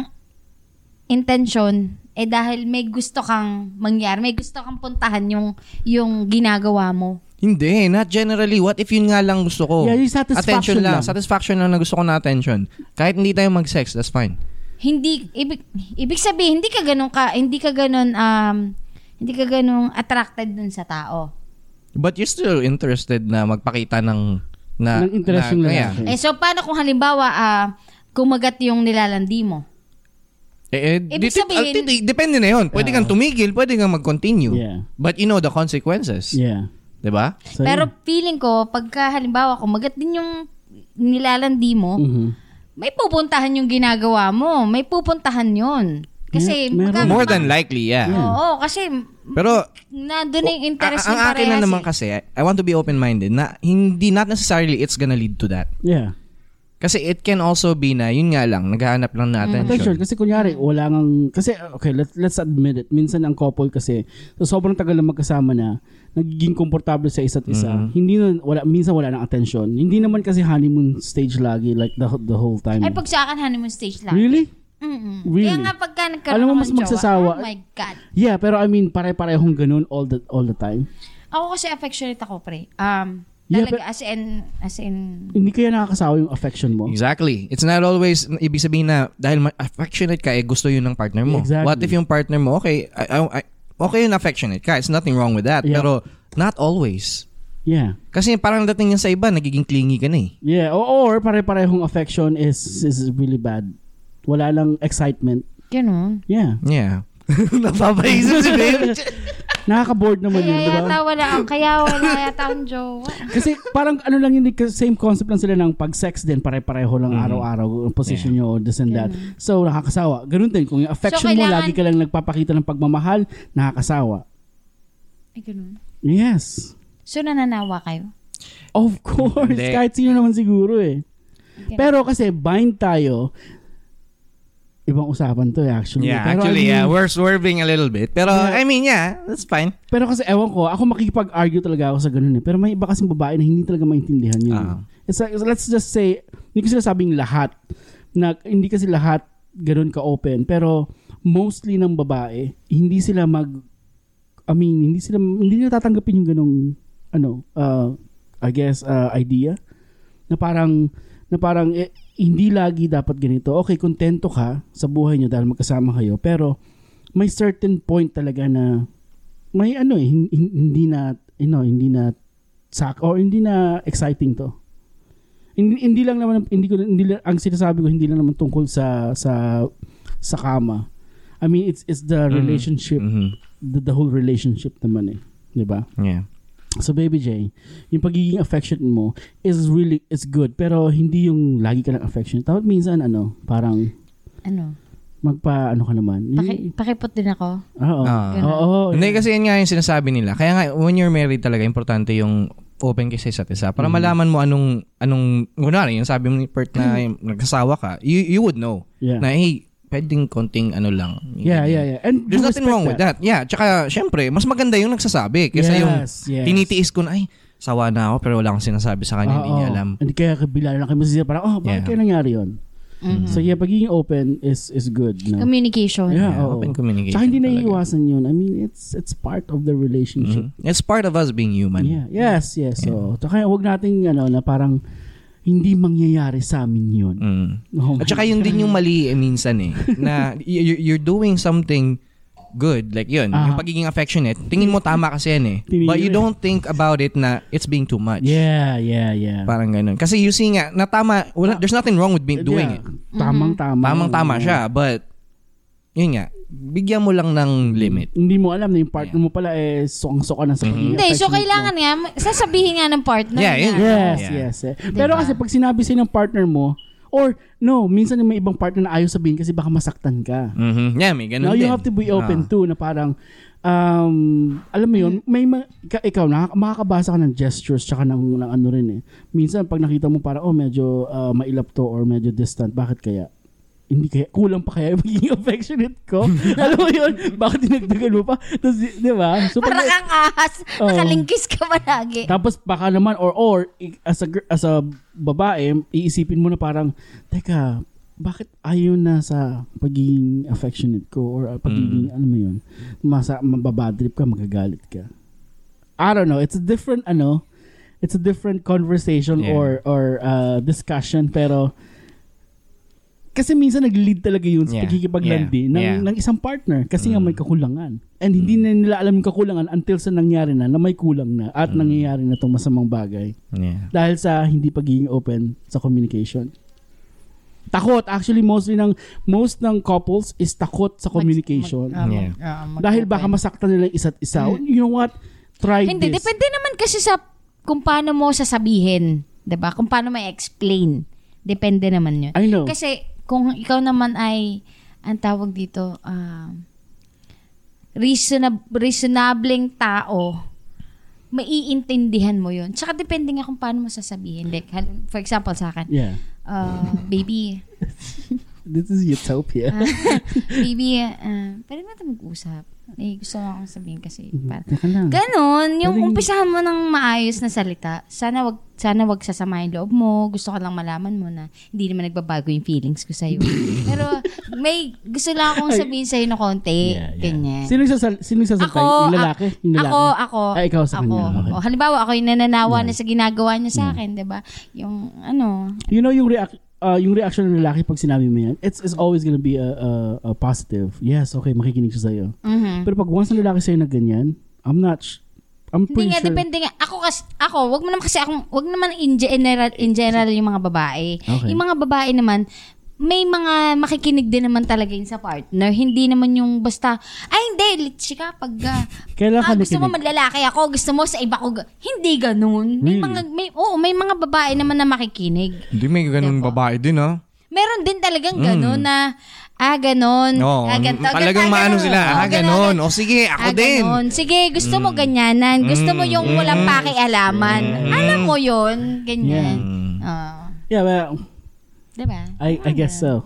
[SPEAKER 2] intention eh dahil may gusto kang mangyari, may gusto kang puntahan yung yung ginagawa mo.
[SPEAKER 3] Hindi, not generally. What if yun nga lang gusto ko?
[SPEAKER 1] Yeah, yung satisfaction
[SPEAKER 3] attention
[SPEAKER 1] lang.
[SPEAKER 3] lang. Satisfaction lang na gusto ko na attention. Kahit hindi tayo mag-sex, that's fine.
[SPEAKER 2] Hindi ibig ibig sabihin hindi ka ganun ka hindi ka ganun um hindi ka ganun attracted dun sa tao.
[SPEAKER 3] But you're still interested na magpakita ng... Na,
[SPEAKER 1] Ng interest
[SPEAKER 3] na-
[SPEAKER 1] yung
[SPEAKER 3] kaya.
[SPEAKER 1] lalaki.
[SPEAKER 2] Eh so paano kung halimbawa ah kumagat yung nilalandi mo?
[SPEAKER 3] Eh, eh,
[SPEAKER 2] Ibig
[SPEAKER 3] di- di-
[SPEAKER 2] sabihin-
[SPEAKER 3] ah, di- di- depende na yun. Pwede kang tumigil, pwede kang mag-continue.
[SPEAKER 1] Yeah.
[SPEAKER 3] But you know the consequences.
[SPEAKER 1] Yeah.
[SPEAKER 3] Di ba?
[SPEAKER 1] So,
[SPEAKER 2] Pero feeling ko pagka halimbawa kumagat din yung nilalandi mo,
[SPEAKER 1] mhm.
[SPEAKER 2] may pupuntahan yung ginagawa mo. May pupuntahan yun. Kasi,
[SPEAKER 1] Mer- meron.
[SPEAKER 2] magka-
[SPEAKER 3] More than likely, yeah.
[SPEAKER 2] Oo, kasi
[SPEAKER 3] Pero,
[SPEAKER 2] nandun na Ano yung interest
[SPEAKER 3] Oh,
[SPEAKER 2] ni
[SPEAKER 3] ang, ang akin
[SPEAKER 2] parehas.
[SPEAKER 3] na naman
[SPEAKER 2] eh.
[SPEAKER 3] kasi, I I want to be open-minded, na hindi, not necessarily it's gonna lead to that.
[SPEAKER 1] Yeah.
[SPEAKER 3] Kasi it can also be na, yun nga lang, naghahanap lang na
[SPEAKER 1] Attention. Kasi kunyari, wala ngang, kasi, okay, let, let's admit it. Minsan ang couple kasi, so sobrang tagal na magkasama na, nagiging komportable sa isa't isa.
[SPEAKER 3] Mm-hmm.
[SPEAKER 1] Hindi na, wala, minsan wala nang attention. Hindi naman kasi honeymoon stage lagi, like the, the whole time.
[SPEAKER 2] Ay, pag sa akin, honeymoon stage lang.
[SPEAKER 1] really?
[SPEAKER 2] Mm-mm.
[SPEAKER 1] Really?
[SPEAKER 2] Kaya nga pagka nagkaroon
[SPEAKER 1] Alam mo,
[SPEAKER 2] ako
[SPEAKER 1] mas
[SPEAKER 2] ng jowa,
[SPEAKER 1] magsasawa.
[SPEAKER 2] Oh my God.
[SPEAKER 1] Yeah, pero I mean, pare-parehong ganun all the, all the time.
[SPEAKER 2] Ako kasi affectionate ako, pre. Um,
[SPEAKER 1] Yeah,
[SPEAKER 2] talaga, as in, as in,
[SPEAKER 1] Hindi kaya nakakasawa yung affection mo.
[SPEAKER 3] Exactly. It's not always, ibig sabihin na, dahil ma- affectionate ka, eh, gusto yun ng partner mo.
[SPEAKER 1] Exactly.
[SPEAKER 3] What if yung partner mo, okay, I, I, I- okay yun affectionate ka, it's nothing wrong with that.
[SPEAKER 1] Yeah.
[SPEAKER 3] Pero, not always.
[SPEAKER 1] Yeah.
[SPEAKER 3] Kasi parang dating yan sa iba, nagiging clingy ka na eh.
[SPEAKER 1] Yeah, o- or pare-parehong affection is is really bad. Wala lang excitement.
[SPEAKER 2] Ganun.
[SPEAKER 1] Yeah.
[SPEAKER 3] Yeah. Napapaisip si Babe.
[SPEAKER 1] Nakaka-board naman
[SPEAKER 2] Kaya
[SPEAKER 1] yun, di
[SPEAKER 2] yata
[SPEAKER 1] ba?
[SPEAKER 2] wala, kaya wala yata ang jowa.
[SPEAKER 1] Kasi parang ano lang yun, same concept lang sila ng pag-sex din, pare-pareho lang
[SPEAKER 3] Mhm.
[SPEAKER 1] araw-araw, ang position nyo, this and that. So, nakakasawa. Ganun din, kung yung affection mo,
[SPEAKER 2] kailangan-
[SPEAKER 1] lagi ka lang nagpapakita ng pagmamahal, nakakasawa.
[SPEAKER 2] Ay, ganun.
[SPEAKER 1] Yes.
[SPEAKER 2] So, nananawa kayo?
[SPEAKER 1] Of course.
[SPEAKER 3] Hindi.
[SPEAKER 1] Kahit sino naman siguro eh.
[SPEAKER 2] Ganun.
[SPEAKER 1] Pero kasi bind tayo, ibang usapan to eh, actually.
[SPEAKER 3] Yeah,
[SPEAKER 1] Pero I
[SPEAKER 3] actually,
[SPEAKER 1] mean,
[SPEAKER 3] yeah, we're swerving a little bit. Pero,
[SPEAKER 1] Yeah.
[SPEAKER 3] I mean, yeah, that's fine.
[SPEAKER 1] Pero kasi ewan ko, ako makikipag-argue talaga ako sa ganun eh. Pero may iba kasing babae na hindi talaga maintindihan yun.
[SPEAKER 3] Ah.
[SPEAKER 1] It's like, let's just say, hindi ko sinasabing lahat. Na, hindi kasi lahat ganun ka-open. Pero mostly ng babae, hindi sila mag, I mean, hindi sila, hindi nila tatanggapin yung ganung, ano, uh, I guess, uh, idea. Na parang, na parang, eh, hindi lagi dapat ganito. Okay, kontento ka sa buhay nyo dahil magkasama kayo. Pero, may certain point talaga na may ano eh, hin- hin- hindi na, you know, hindi na sak or hindi na exciting to. Hindi, hindi lang naman hindi ko hindi lang, ang sinasabi ko hindi lang naman tungkol sa sa sa kama. I mean, it's it's the
[SPEAKER 3] Mhm.
[SPEAKER 1] relationship,
[SPEAKER 3] Mhm.
[SPEAKER 1] the, the whole relationship naman eh, 'di ba?
[SPEAKER 3] Yeah.
[SPEAKER 1] So baby J, yung pagiging affectionate mo is really is good pero hindi yung lagi ka lang affectionate. Tapos minsan ano, parang
[SPEAKER 2] Ano?
[SPEAKER 1] magpa ano ka naman.
[SPEAKER 2] Paki, pakipot din ako?
[SPEAKER 1] Oo.
[SPEAKER 3] Ah.
[SPEAKER 1] Oo.
[SPEAKER 3] Hindi kasi yun nga yung sinasabi nila. Kaya nga when you're married talaga importante yung open kayo sa isa't isa para
[SPEAKER 1] Mm.
[SPEAKER 3] malaman mo anong anong kunwari yung sabi mo ni Pert na yung nagkasawa ka, you, you would know
[SPEAKER 1] Mm. Yeah.
[SPEAKER 3] na hey, pwedeng konting ano lang.
[SPEAKER 1] Yeah, yeah, yeah. And
[SPEAKER 3] There's
[SPEAKER 1] you respect
[SPEAKER 3] nothing wrong with that. Yeah, tsaka syempre, mas maganda yung nagsasabi kaysa yung
[SPEAKER 1] yes.
[SPEAKER 3] tinitiis ko na ay sawa na ako pero wala akong sinasabi sa kanya, hindi
[SPEAKER 1] Oo.
[SPEAKER 3] niya alam.
[SPEAKER 1] Hindi kaya kabilala lang kami sa parang, oh, bakit
[SPEAKER 3] Yeah. Mm.
[SPEAKER 1] kaya nangyari yun?
[SPEAKER 2] Mhm.
[SPEAKER 1] So yeah, pagiging open is is good. No?
[SPEAKER 2] Communication.
[SPEAKER 1] Yeah,
[SPEAKER 3] Yeah,
[SPEAKER 1] oo.
[SPEAKER 3] open communication.
[SPEAKER 1] Tsaka hindi
[SPEAKER 3] talaga.
[SPEAKER 1] naiiwasan yun. I mean, it's it's part of the relationship.
[SPEAKER 3] Mhm. It's part of us being human.
[SPEAKER 1] Yeah. Yes, yes. So, tsaka huwag nating ano, na parang hindi mangyayari sa amin yun.
[SPEAKER 3] Mm.
[SPEAKER 1] Oh my-
[SPEAKER 3] At saka yun din yung mali eh, minsan eh. Na y- y- you're doing something good. Like yun,
[SPEAKER 1] Aha.
[SPEAKER 3] yung pagiging affectionate. Tingin mo tama kasi yan eh.
[SPEAKER 1] Ah. Tinigil
[SPEAKER 3] But you
[SPEAKER 1] eh.
[SPEAKER 3] don't think about it na it's being too much.
[SPEAKER 1] Yeah, yeah, yeah.
[SPEAKER 3] Parang ganun. Kasi you see nga, na tama, wala, there's nothing wrong with being doing it.
[SPEAKER 1] Mm-hmm. Tamang-tama.
[SPEAKER 3] Tamang-tama siya. But, yun nga, bigyan mo lang ng limit.
[SPEAKER 1] Hindi mo alam na yung partner mo pala eh song-soka na sa pagiging
[SPEAKER 3] Mm-hmm.
[SPEAKER 2] Hindi, so
[SPEAKER 1] affectionate mo.
[SPEAKER 2] kailangan nga, ma- sasabihin nga ng partner
[SPEAKER 3] Yeah, yun.
[SPEAKER 2] niya.
[SPEAKER 1] Yes,
[SPEAKER 3] Yeah.
[SPEAKER 1] yes. eh.
[SPEAKER 2] Diba?
[SPEAKER 1] Pero kasi pag sinabi sa'yo ng partner mo, or no, minsan may ibang partner na ayaw sabihin kasi baka masaktan ka.
[SPEAKER 3] Mhm. Yeah, may ganun
[SPEAKER 1] Now,
[SPEAKER 3] din.
[SPEAKER 1] you have to be open
[SPEAKER 3] Ah.
[SPEAKER 1] too na parang, um, alam mo yun, may ma- ka- ikaw, nakak- makakabasa ka ng gestures tsaka ng, ng ano rin eh. Minsan, pag nakita mo parang, oh, medyo ah, mailap to or medyo distant, bakit kaya? hindi kaya, kulang pa kaya yung magiging affectionate ko? alam mo yun, bakit dinagdagan mo pa? Tapos, di di ba? So, pag-
[SPEAKER 2] Parang ang ahas,
[SPEAKER 1] Oo.
[SPEAKER 2] nakalingkis ka ba lagi?
[SPEAKER 1] tapos baka naman or or i- as a gir- as a babae, iisipin mo na parang teka, bakit ayaw na sa pagiging affectionate ko or uh,
[SPEAKER 3] Mm.
[SPEAKER 1] pagiging ano mo yun, masa mababadrip ka, magagalit ka. I don't know, it's a different ano, it's a different conversation
[SPEAKER 3] Yeah.
[SPEAKER 1] or or uh, discussion pero kasi minsan nag-lead talaga yun sa
[SPEAKER 3] Yeah.
[SPEAKER 1] pagkikipaglandi
[SPEAKER 3] Yeah.
[SPEAKER 1] ng,
[SPEAKER 3] Yeah. Mm.
[SPEAKER 1] ng isang partner kasi nga may kakulangan. And hindi na nila alam yung kakulangan until sa nangyari na na may kulang na at
[SPEAKER 3] Mm.
[SPEAKER 1] nangyayari na itong masamang bagay
[SPEAKER 3] Ah, Yeah.
[SPEAKER 1] dahil sa hindi pagiging open sa communication. Takot. Actually, mostly ng, most ng couples is takot sa communication.
[SPEAKER 2] ah,
[SPEAKER 3] Ah, mag- Yeah.
[SPEAKER 1] dahil baka masaktan nila yung isa't isa. You know what? Try
[SPEAKER 2] Mm. Hindi,
[SPEAKER 1] this.
[SPEAKER 2] depende naman kasi sa kung paano mo sasabihin. 'di ba Kung paano may explain. Depende naman yun.
[SPEAKER 1] I know.
[SPEAKER 2] Kasi kung ikaw naman ay, ang tawag dito, um, reasonab- reasonabling tao, maiintindihan mo yun. Tsaka depende nga kung paano mo sasabihin. Like, hal- for example, sa akin,
[SPEAKER 1] yeah.
[SPEAKER 2] uh, baby,
[SPEAKER 1] This is utopia.
[SPEAKER 2] Ah, baby, uh, pwede ba tayo mag-usap? Eh, gusto ko akong sabihin diba? kasi, para,
[SPEAKER 1] Teka lang.
[SPEAKER 2] Ganon, yung
[SPEAKER 1] Galing.
[SPEAKER 2] umpisahan mo ng maayos na salita. Sana wag sana wag sasamahin loob mo. Gusto ko lang malaman mo na hindi naman nagbabago yung feelings ko sa'yo. Pero may gusto lang akong
[SPEAKER 1] Ay.
[SPEAKER 2] sabihin sa'yo na konti. Ganyan.
[SPEAKER 1] Sino yung sasal- sino yung sasalpay? Yung lalaki? Yung lalaki?
[SPEAKER 2] Ako, ako.
[SPEAKER 1] Ah, ikaw sa
[SPEAKER 2] ako.
[SPEAKER 1] kanya. Okay.
[SPEAKER 2] O, halimbawa, ako yung nananawa na sa ginagawa niya sa akin, di ba? Yung ano,
[SPEAKER 1] You know yung react uh, yung reaction ng lalaki pag sinabi mo yan, it's, it's always gonna be a, a, a positive. Yes, okay, makikinig siya sa'yo.
[SPEAKER 2] mhm.
[SPEAKER 1] Mm. Pero pag once ang lalaki sa'yo na ganyan, I'm not, sh- I'm
[SPEAKER 2] Hindi
[SPEAKER 1] pretty
[SPEAKER 2] nga,
[SPEAKER 1] sure.
[SPEAKER 2] depende nga. Ako, kasi, ako, wag mo naman kasi akong, wag naman in general, in general yung mga babae.
[SPEAKER 1] Okay.
[SPEAKER 2] Yung mga babae naman, may mga makikinig din naman talaga yun sa partner. Hindi naman yung basta, ay hindi, litsi ka pag ah,
[SPEAKER 1] Kailan ka
[SPEAKER 2] ah, gusto mo
[SPEAKER 1] nakinig?
[SPEAKER 2] maglalaki ako, gusto mo sa iba ko. ga-" Hindi ganun. May
[SPEAKER 1] Really?
[SPEAKER 2] mga may oo, may mga babae naman na makikinig.
[SPEAKER 3] Hindi, may ganung
[SPEAKER 2] Diba?
[SPEAKER 3] babae din, oh. ha?
[SPEAKER 2] Meron din
[SPEAKER 3] Hmm.
[SPEAKER 2] talagang ganun na ah, ganun.
[SPEAKER 1] Hmm.
[SPEAKER 3] No,
[SPEAKER 2] ah, ganito,
[SPEAKER 3] talagang
[SPEAKER 2] ganito,
[SPEAKER 3] maano
[SPEAKER 2] ganun.
[SPEAKER 3] sila.
[SPEAKER 2] Oo,
[SPEAKER 3] Ah, ganon. O sige, ako
[SPEAKER 2] Ah,
[SPEAKER 3] din. Mm.
[SPEAKER 2] ganun. Sige, gusto mo ganyanan. Gusto mo yung walang pakialaman. Alam mo yon Ganyan.
[SPEAKER 3] Mm-hmm.
[SPEAKER 2] Oh, Oo.
[SPEAKER 1] Yeah, well,
[SPEAKER 2] diba?
[SPEAKER 1] I, I guess so.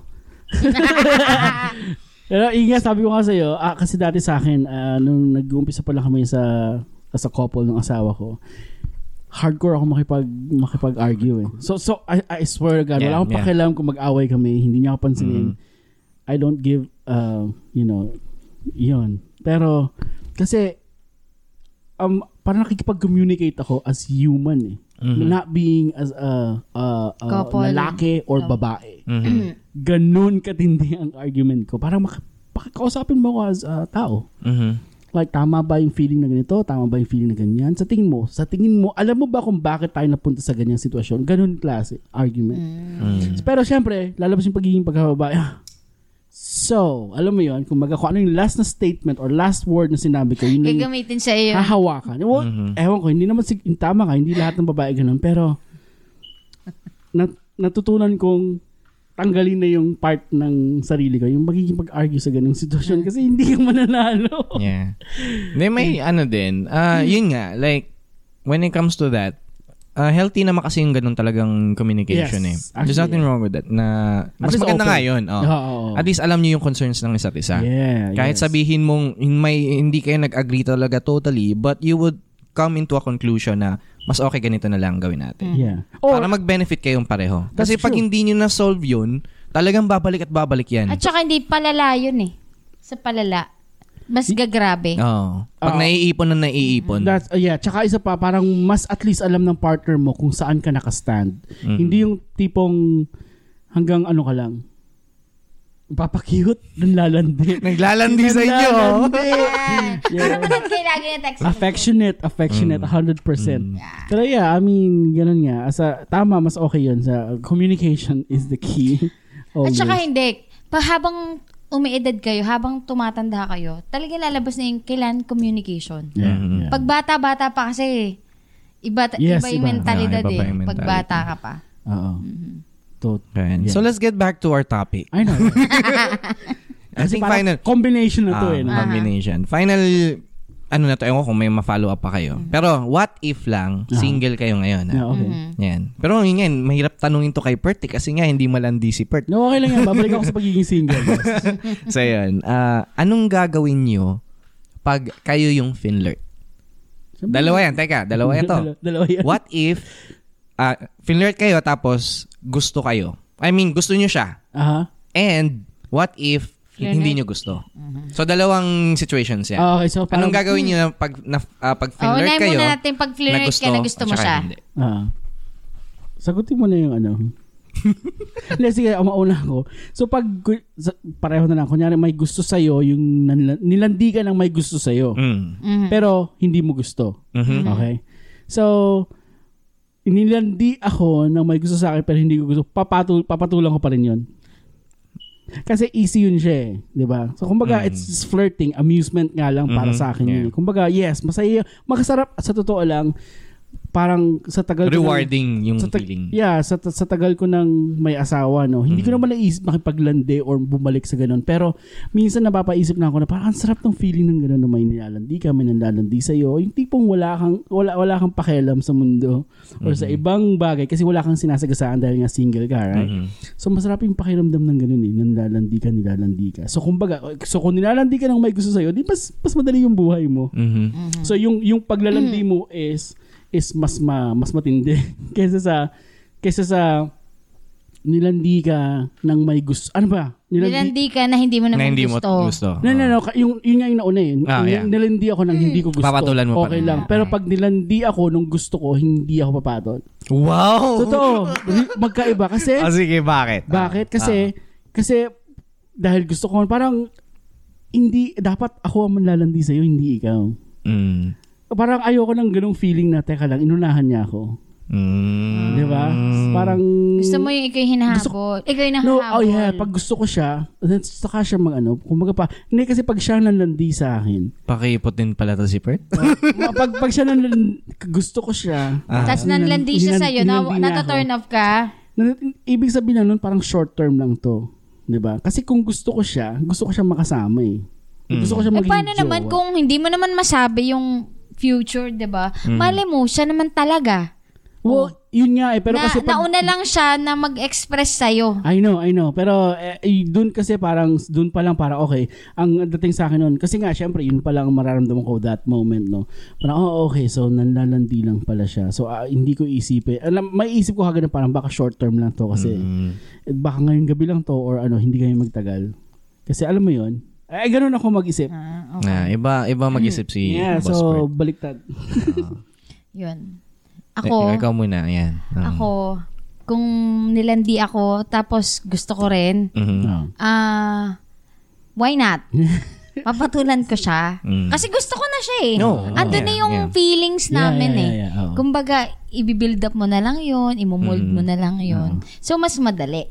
[SPEAKER 1] Pero yun nga, sabi ko nga sa'yo, ah, kasi dati sa akin, ah, nung nag-uumpisa pa lang kami sa, as a couple ng asawa ko, hardcore ako makipag, makipag-argue eh. So, so I, I swear to God,
[SPEAKER 3] Yeah,
[SPEAKER 1] wala akong
[SPEAKER 3] yeah. Mm-hmm.
[SPEAKER 1] pakialam kung mag-away kami, hindi niya ako pansinin. I don't give, uh, you know, yun. Pero, kasi, um, parang nakikipag-communicate ako as human eh.
[SPEAKER 3] Mm-hmm.
[SPEAKER 1] Not being as a, a, a
[SPEAKER 2] Couple.
[SPEAKER 1] lalaki or babae
[SPEAKER 3] Mhm.
[SPEAKER 1] ganun katindi ang argument ko. Parang mak- pakikausapin mo ako as a tao.
[SPEAKER 3] Mhm.
[SPEAKER 1] Like, tama ba yung feeling na ganito? Tama ba yung feeling na ganyan? Sa tingin mo, sa tingin mo, alam mo ba kung bakit tayo napunta sa ganyang sitwasyon? Ganun klase, argument.
[SPEAKER 3] Mm.
[SPEAKER 1] Pero syempre, lalabas yung pagiging pagkababae. Ah, So, alam mo yon kung maga, kung ano yung last na statement or last word na sinabi ko,
[SPEAKER 2] Eh,
[SPEAKER 1] yun na yung
[SPEAKER 2] Gagamitin siya yun.
[SPEAKER 3] Ah.
[SPEAKER 1] hahawakan. Well,
[SPEAKER 3] Mm-hmm.
[SPEAKER 1] Ewan ko, hindi naman sig- tama ka, hindi lahat ng babae ganun, pero nat- natutunan kong tanggalin na yung part ng sarili ko, yung magiging pag-argue sa ganung sitwasyon kasi hindi ka mananalo.
[SPEAKER 3] Yeah. Hindi, may ano din. Ah, yun nga, like, when it comes to that, ah, healthy naman kasi yung ganun talagang communication eh.
[SPEAKER 1] Yes,
[SPEAKER 3] There's
[SPEAKER 1] actually,
[SPEAKER 3] nothing wrong with that. Na, mas
[SPEAKER 1] least
[SPEAKER 3] maganda
[SPEAKER 1] open.
[SPEAKER 3] nga yun. oh.
[SPEAKER 1] Oo.
[SPEAKER 3] At least alam niyo yung concerns ng isa't isa.
[SPEAKER 1] Yeah,
[SPEAKER 3] Kahit
[SPEAKER 1] yes.
[SPEAKER 3] sabihin mong in- may hindi kayo nag-agree talaga totally, but you would come into a conclusion na mas okay ganito na lang gawin natin.
[SPEAKER 1] Yeah. Hmm. Or,
[SPEAKER 3] para mag-benefit kayong pareho.
[SPEAKER 1] That's
[SPEAKER 3] Kasi pag
[SPEAKER 1] true.
[SPEAKER 3] hindi niyo na-solve yun, talagang babalik at babalik yan.
[SPEAKER 2] At saka hindi palala yun eh. Sa palala. Mas gagrabe.
[SPEAKER 3] Oo. Pag
[SPEAKER 1] Oo.
[SPEAKER 3] naiipon na naiipon.
[SPEAKER 1] That's, uh, yeah, tsaka isa pa, parang mas at least alam ng partner mo kung saan ka nakastand.
[SPEAKER 3] Mm-hmm.
[SPEAKER 1] Hindi yung tipong hanggang ano ka lang. Papakyut, nanlalandi.
[SPEAKER 3] Naglalandi sa inyo. oh.
[SPEAKER 1] Nanlalandi.
[SPEAKER 2] Ano
[SPEAKER 1] Yeah.
[SPEAKER 2] ba yan kayo lagi na text?
[SPEAKER 3] Ah,
[SPEAKER 1] affectionate
[SPEAKER 3] Mm.
[SPEAKER 1] affectionate 100% pero yeah I mean ganun nga as a, tama mas okay yun sa communication is the key
[SPEAKER 2] At
[SPEAKER 3] oh,
[SPEAKER 1] always.
[SPEAKER 2] saka hindi. Pa, habang umiedad kayo, habang tumatanda kayo, talaga lalabas na yung kailan communication.
[SPEAKER 1] yeah,
[SPEAKER 3] Mm-hmm.
[SPEAKER 1] yeah.
[SPEAKER 2] Pag bata-bata pa kasi, iba,
[SPEAKER 1] Yes,
[SPEAKER 2] iba yung
[SPEAKER 1] iba.
[SPEAKER 2] mentalidad
[SPEAKER 3] Yeah, iba pa
[SPEAKER 2] eh.
[SPEAKER 3] yung
[SPEAKER 2] Pag
[SPEAKER 3] mentality.
[SPEAKER 2] bata ka pa.
[SPEAKER 1] oo
[SPEAKER 2] Mm-hmm.
[SPEAKER 1] to
[SPEAKER 3] Ayan.
[SPEAKER 1] Yeah.
[SPEAKER 3] So let's get back to our topic.
[SPEAKER 1] I know
[SPEAKER 3] I think
[SPEAKER 1] parang
[SPEAKER 3] final
[SPEAKER 1] combination na to
[SPEAKER 3] Ah,
[SPEAKER 1] eh no?
[SPEAKER 3] combination. Final ano na to, ewan ko kung may ma-follow up pa kayo. Pero what if lang single kayo ngayon? ha?
[SPEAKER 1] Mm-hmm. Ah. Yeah, okay
[SPEAKER 2] Mm-hmm.
[SPEAKER 3] Yan. Pero yun yan, mahirap tanungin to kay Pert eh, kasi nga hindi malandi si Pert.
[SPEAKER 1] no okay lang yan babalik ako sa pagiging single boss.
[SPEAKER 3] so yun, ah, anong gagawin nyo pag kayo yung finler?
[SPEAKER 1] Siyempre,
[SPEAKER 3] Dalawa yan, teka, dalawa yan to.
[SPEAKER 1] dalawa, dalawa yan
[SPEAKER 3] What if ah, finler kayo tapos gusto kayo? I mean, gusto nyo siya.
[SPEAKER 1] aha
[SPEAKER 3] And what if
[SPEAKER 2] Flirted.
[SPEAKER 3] hindi nyo gusto?
[SPEAKER 2] Mm-hmm.
[SPEAKER 3] So dalawang situations yan.
[SPEAKER 1] Ah, okay so parang,
[SPEAKER 3] Anong gagawin nyo na pag, na, ah, pag
[SPEAKER 2] Oh,
[SPEAKER 3] finler
[SPEAKER 2] unahin
[SPEAKER 3] kayo?
[SPEAKER 2] muna natin pag flirt ka na gusto mo
[SPEAKER 3] at saka
[SPEAKER 2] siya.
[SPEAKER 3] hindi?
[SPEAKER 1] Ah. Sagutin mo na yung ano. Hindi, sige, umauna ako. So, pag gu- sa- pareho na lang, kunyari may gusto sa'yo, yung nanla- nilandi ka ng may gusto sa'yo,
[SPEAKER 3] Mm.
[SPEAKER 2] Mhm.
[SPEAKER 1] pero hindi mo gusto.
[SPEAKER 3] Mhm.
[SPEAKER 1] Okay? So, nilandi ako ng may gusto sa akin pero hindi ko gusto, papatul papatulang ko pa rin yun. Kasi easy yun siya eh, di ba? So, kumbaga, it's just flirting, amusement nga lang para
[SPEAKER 3] Mhm.
[SPEAKER 1] sa akin yun.
[SPEAKER 3] Mm. Yeah.
[SPEAKER 1] eh. Kumbaga, yes, masaya, makasarap sa totoo lang, parang sa tagal ko ng-
[SPEAKER 3] Rewarding yung
[SPEAKER 1] sa tag-
[SPEAKER 3] feeling.
[SPEAKER 1] Yeah, sa, ta- sa tagal ko ng may asawa, no, hindi ko naman naisip makipaglandi or bumalik sa ganun. Pero minsan napapaisip na ako na parang ang sarap ng feeling ng ganun na may nilalandi ka, may nanlalandi sa'yo. Yung tipong wala kang, wala, wala kang pakialam sa mundo or sa ibang bagay kasi wala kang sinasagasaan dahil nga single ka, right?
[SPEAKER 3] Mhm.
[SPEAKER 1] So masarap yung pakiramdam ng ganun eh, nanlalandi ka, nilalandi ka. So kumbaga, so kung nilalandi ka ng may gusto sa'yo, di mas, mas madali yung buhay mo.
[SPEAKER 3] Mhm.
[SPEAKER 1] So yung yung paglalandi mo is is mas ma, mas matindi kaysa sa kaysa sa nilandi ka ng may gusto. Ano ba?
[SPEAKER 2] Nilandi ka na hindi mo
[SPEAKER 3] Na
[SPEAKER 2] naman
[SPEAKER 3] hindi mo
[SPEAKER 2] Ano gusto.
[SPEAKER 3] gusto.
[SPEAKER 1] No, no, no. Ka- Yung, yun nga yung nauna eh.
[SPEAKER 3] Ah,
[SPEAKER 1] Yung
[SPEAKER 3] yeah.
[SPEAKER 1] Nilandi ako ng hindi ko gusto.
[SPEAKER 3] Papatulan mo pa
[SPEAKER 1] Okay
[SPEAKER 3] rin.
[SPEAKER 1] lang. Pero pag nilandi ako nung gusto ko, hindi ako papatol.
[SPEAKER 3] Wow!
[SPEAKER 1] Totoo. Magkaiba. Kasi,
[SPEAKER 3] Ah, sige, bakit?
[SPEAKER 1] bakit?
[SPEAKER 3] Ah.
[SPEAKER 1] Kasi, kasi, dahil gusto ko, parang, hindi, dapat ako ang manlalandi sa'yo, hindi ikaw.
[SPEAKER 3] Mm.
[SPEAKER 1] parang ayoko ng ganung feeling na, teka lang, inunahan niya ako.
[SPEAKER 3] Mm.
[SPEAKER 1] Di ba? Parang...
[SPEAKER 2] Gusto mo yung ikaw yung hinahabol. Ikaw yung
[SPEAKER 1] No,
[SPEAKER 2] nakahabol.
[SPEAKER 1] oh yeah, pag gusto ko siya, then saka siya mag ano, kumbaga pa, hindi kasi pag siya nanlandi sa akin,
[SPEAKER 3] Pakipot din pala to si Pert.
[SPEAKER 1] Ma- pag, pag siya nanlandi, gusto ko siya,
[SPEAKER 2] Tapos nanlandi siya sa'yo, na,
[SPEAKER 1] Hinandi niya ako.
[SPEAKER 2] nata-turn off ka.
[SPEAKER 1] na, ibig sabihin na nun, parang short term lang to. 'Di ba? Kasi kung gusto ko siya, gusto ko siya makasama eh. Gusto ko siya
[SPEAKER 2] Eh,
[SPEAKER 1] maging
[SPEAKER 2] paano
[SPEAKER 1] jowa.
[SPEAKER 2] naman kung hindi mo naman masabi yung future, di ba?
[SPEAKER 3] Mm.
[SPEAKER 2] Mali mo, siya naman talaga.
[SPEAKER 1] Well, yun nga eh. Pero
[SPEAKER 2] na,
[SPEAKER 1] kasi pag...
[SPEAKER 2] nauna lang siya na mag-express sa'yo.
[SPEAKER 1] I know, I know. Pero eh, eh, doon kasi parang, doon pa lang para okay. Ang dating sa akin noon, kasi nga, syempre, yun pa lang ang mararamdaman ko that moment, no? Parang, oh, okay, so nanlalandi lang pala siya. So, ah, hindi ko isipin. Alam, may isip ko agad na parang baka short term lang to kasi
[SPEAKER 3] Mm.
[SPEAKER 1] eh, baka ngayong gabi lang to or ano, hindi kayo magtagal. Kasi alam mo yun, ay ganun ako mag-isip.
[SPEAKER 2] Ah, okay.
[SPEAKER 3] Na, iba, iba mag-isip si
[SPEAKER 1] yeah,
[SPEAKER 3] Boss
[SPEAKER 1] so,
[SPEAKER 3] Bert.
[SPEAKER 1] baliktad.
[SPEAKER 2] Yun.
[SPEAKER 3] Eh,
[SPEAKER 2] Ako,
[SPEAKER 3] ikaw muna, Ah. yan.
[SPEAKER 2] ako, kung nilandi ako, tapos gusto ko rin,
[SPEAKER 3] Mhm.
[SPEAKER 1] Ah.
[SPEAKER 2] ah, why not? Papatulan ko siya.
[SPEAKER 3] Mm.
[SPEAKER 2] Kasi gusto ko na siya eh.
[SPEAKER 3] No,
[SPEAKER 2] Ando
[SPEAKER 3] yeah,
[SPEAKER 2] na yung
[SPEAKER 3] yeah.
[SPEAKER 2] feelings
[SPEAKER 1] Yeah,
[SPEAKER 2] namin
[SPEAKER 1] yeah,
[SPEAKER 2] eh.
[SPEAKER 1] yeah, oh. yeah, oo.
[SPEAKER 2] Kumbaga, i-build up mo na lang yun, imumold
[SPEAKER 3] Mm.
[SPEAKER 2] mo na lang yun. So, mas madali.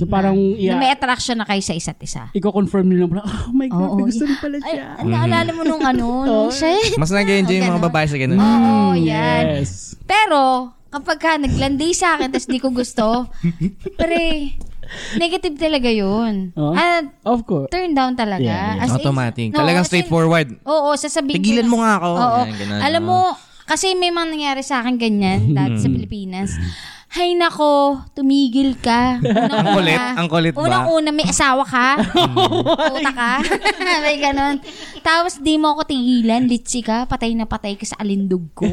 [SPEAKER 1] So, parang,
[SPEAKER 2] Na may
[SPEAKER 1] Mm. yeah,
[SPEAKER 2] attraction na kayo sa isa't isa.
[SPEAKER 1] i-confirm nyo lang pala, oh my God,
[SPEAKER 2] Oo,
[SPEAKER 1] gusto rin pala
[SPEAKER 2] Ay,
[SPEAKER 1] siya.
[SPEAKER 2] naalala mo nung ano, nung siya eh.
[SPEAKER 3] Mas nag-enjoy yung mga
[SPEAKER 2] ganun.
[SPEAKER 3] babae sa ganun.
[SPEAKER 1] oh,
[SPEAKER 2] Oo, yan.
[SPEAKER 1] Yes.
[SPEAKER 2] Pero, kapag ka naglanday sa akin tapos di ko gusto, pre, negative talaga yun.
[SPEAKER 1] Oo.
[SPEAKER 2] Ah,
[SPEAKER 1] Of course.
[SPEAKER 2] turn down talaga.
[SPEAKER 1] Yeah, yeah.
[SPEAKER 2] As in-
[SPEAKER 3] Automatic.
[SPEAKER 2] No, as
[SPEAKER 3] Talagang
[SPEAKER 2] in-
[SPEAKER 3] straightforward.
[SPEAKER 2] Oo, sasabihin
[SPEAKER 3] Tigilan mo nga ako.
[SPEAKER 2] Oo.
[SPEAKER 3] Yan, ganun,
[SPEAKER 2] Alam
[SPEAKER 3] oo.
[SPEAKER 2] mo, kasi may mga nangyari sa akin ganyan dati sa Pilipinas. Hay nako, tumigil ka. Unang-una-
[SPEAKER 3] Ang kulit? Ang kulit ba? Mm.
[SPEAKER 2] Unang-una, may asawa ka. Puta ka. may ganon. Tapos di mo ako tigilan, litsi ka, patay na patay ka sa alindog ko.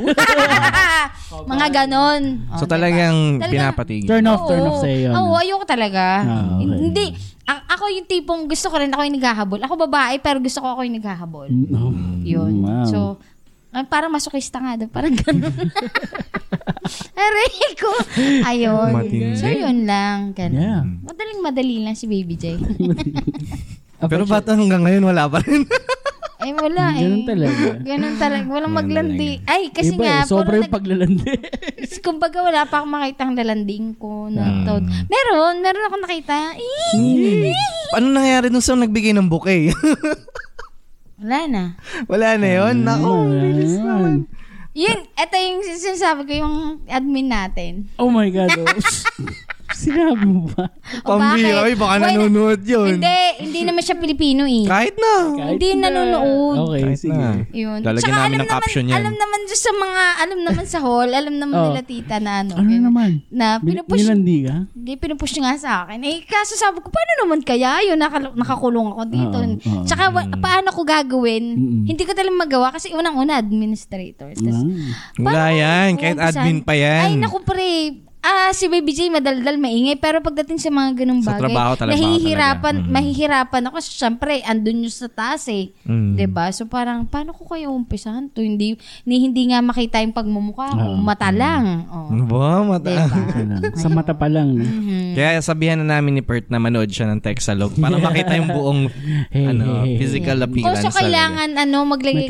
[SPEAKER 2] mga ganon. Oh,
[SPEAKER 3] So talagang
[SPEAKER 2] Talagang-
[SPEAKER 3] pinapatigil.
[SPEAKER 1] Turn off,
[SPEAKER 2] Oo.
[SPEAKER 1] turn off sa'yo yun.
[SPEAKER 2] Oo, ayoko talaga.
[SPEAKER 1] Ah, okay.
[SPEAKER 2] Hindi. A- ako yung tipong gusto ko rin ako yung naghahabol. Ako babae, pero gusto ko ako yung naghahabol.
[SPEAKER 1] No.
[SPEAKER 2] Yun.
[SPEAKER 1] Mm-hmm. Mm, Wow.
[SPEAKER 2] So, ah, parang masokista nga daw. Parang ganun. Aray ko. Ayun.
[SPEAKER 3] Matindi.
[SPEAKER 2] So, yun lang. Ganun.
[SPEAKER 1] Yeah.
[SPEAKER 2] Madaling madali lang si Baby J.
[SPEAKER 3] Pero ba't hanggang ngayon wala pa rin?
[SPEAKER 2] eh, wala eh.
[SPEAKER 1] Ganun talaga.
[SPEAKER 2] Ganun talaga. Walang
[SPEAKER 3] Ganun
[SPEAKER 2] maglandi. Ay, kasi
[SPEAKER 1] Iba
[SPEAKER 2] nga,
[SPEAKER 1] eh, sobra
[SPEAKER 2] puro
[SPEAKER 1] yung paglalandi.
[SPEAKER 2] nag- kumbaga wala pa akong makitang lalanding ko na
[SPEAKER 3] Hmm.
[SPEAKER 2] toad. Meron, meron akong nakita. Ih!
[SPEAKER 1] Mm.
[SPEAKER 3] ano nangyari nung sa nagbigay ng bouquet?
[SPEAKER 2] Wala na.
[SPEAKER 3] wala na yun?
[SPEAKER 2] Oh,
[SPEAKER 3] Nako, bilis naman.
[SPEAKER 2] Yun, eto yung sinasabi ko yung admin natin.
[SPEAKER 1] oh my God. Oh. Sinabi mo ba?
[SPEAKER 2] O bakit?
[SPEAKER 3] Pambira, ay, baka
[SPEAKER 2] Why na-
[SPEAKER 3] nanonood yun.
[SPEAKER 2] Hindi, hindi naman siya Pilipino eh.
[SPEAKER 3] Kahit na.
[SPEAKER 2] Hindi
[SPEAKER 1] na.
[SPEAKER 2] nanonood.
[SPEAKER 1] Okay,
[SPEAKER 3] Kahit
[SPEAKER 1] sige.
[SPEAKER 3] na.
[SPEAKER 2] Yun.
[SPEAKER 3] Lalagyan
[SPEAKER 2] Tsaka
[SPEAKER 3] namin
[SPEAKER 2] alam
[SPEAKER 3] ng caption
[SPEAKER 2] naman,
[SPEAKER 3] yan.
[SPEAKER 2] Alam naman dyan sa mga, alam naman sa hall, alam naman
[SPEAKER 1] Oh.
[SPEAKER 2] nila tita na ano.
[SPEAKER 1] Ano
[SPEAKER 2] ganun.
[SPEAKER 1] naman?
[SPEAKER 2] Na
[SPEAKER 1] Bil-
[SPEAKER 2] pinupush,
[SPEAKER 1] Nilandi ka?
[SPEAKER 2] hindi, pinupush nga sa akin. Eh, kaso sabi ko, paano naman kaya yun? Nakal- nakakulong ako dito.
[SPEAKER 1] Oo, oo.
[SPEAKER 2] Tsaka, wa- paano ko gagawin?
[SPEAKER 1] ah, Mm-mm.
[SPEAKER 2] Hindi ko talaga magawa kasi unang-una, administrator. Tapos,
[SPEAKER 3] Wala yan. Kahit
[SPEAKER 2] Umpisan.
[SPEAKER 3] admin pa yan.
[SPEAKER 2] Ay, naku pre. Ah, si Baby J madaldal, maingay. Pero pagdating sa mga ganung
[SPEAKER 3] Sa
[SPEAKER 2] bagay,
[SPEAKER 3] trabaho talaga,
[SPEAKER 2] nahihirapan,
[SPEAKER 3] talaga. Mhm.
[SPEAKER 2] mahihirapan ako. Siyempre, andun yung sa taas eh.
[SPEAKER 3] Mm.
[SPEAKER 2] 'Di ba So parang, paano ko kayo umpisahan to? Hindi, ni, hindi nga makita yung pagmumukha
[SPEAKER 1] Ah.
[SPEAKER 2] ko. mata lang. Oh.
[SPEAKER 3] Ano ba? Mata.
[SPEAKER 2] Diba?
[SPEAKER 1] Sa mata pa lang. no?
[SPEAKER 2] Mm-hmm.
[SPEAKER 3] Kaya sabihan na namin ni Pert na manood siya ng Texalog para makita yung buong
[SPEAKER 1] Hey,
[SPEAKER 3] ano,
[SPEAKER 1] hey, hey.
[SPEAKER 3] physical
[SPEAKER 2] Kung
[SPEAKER 3] appearance.
[SPEAKER 2] so kailangan, ano, maglagay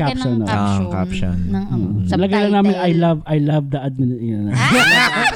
[SPEAKER 1] May
[SPEAKER 2] ka
[SPEAKER 1] caption,
[SPEAKER 2] ng
[SPEAKER 1] oh.
[SPEAKER 2] caption.
[SPEAKER 3] Ah, caption.
[SPEAKER 2] Ng, ano,
[SPEAKER 1] Lagay
[SPEAKER 2] subtitle. Ah,
[SPEAKER 1] lang namin, I love, I love the admin. Yun na.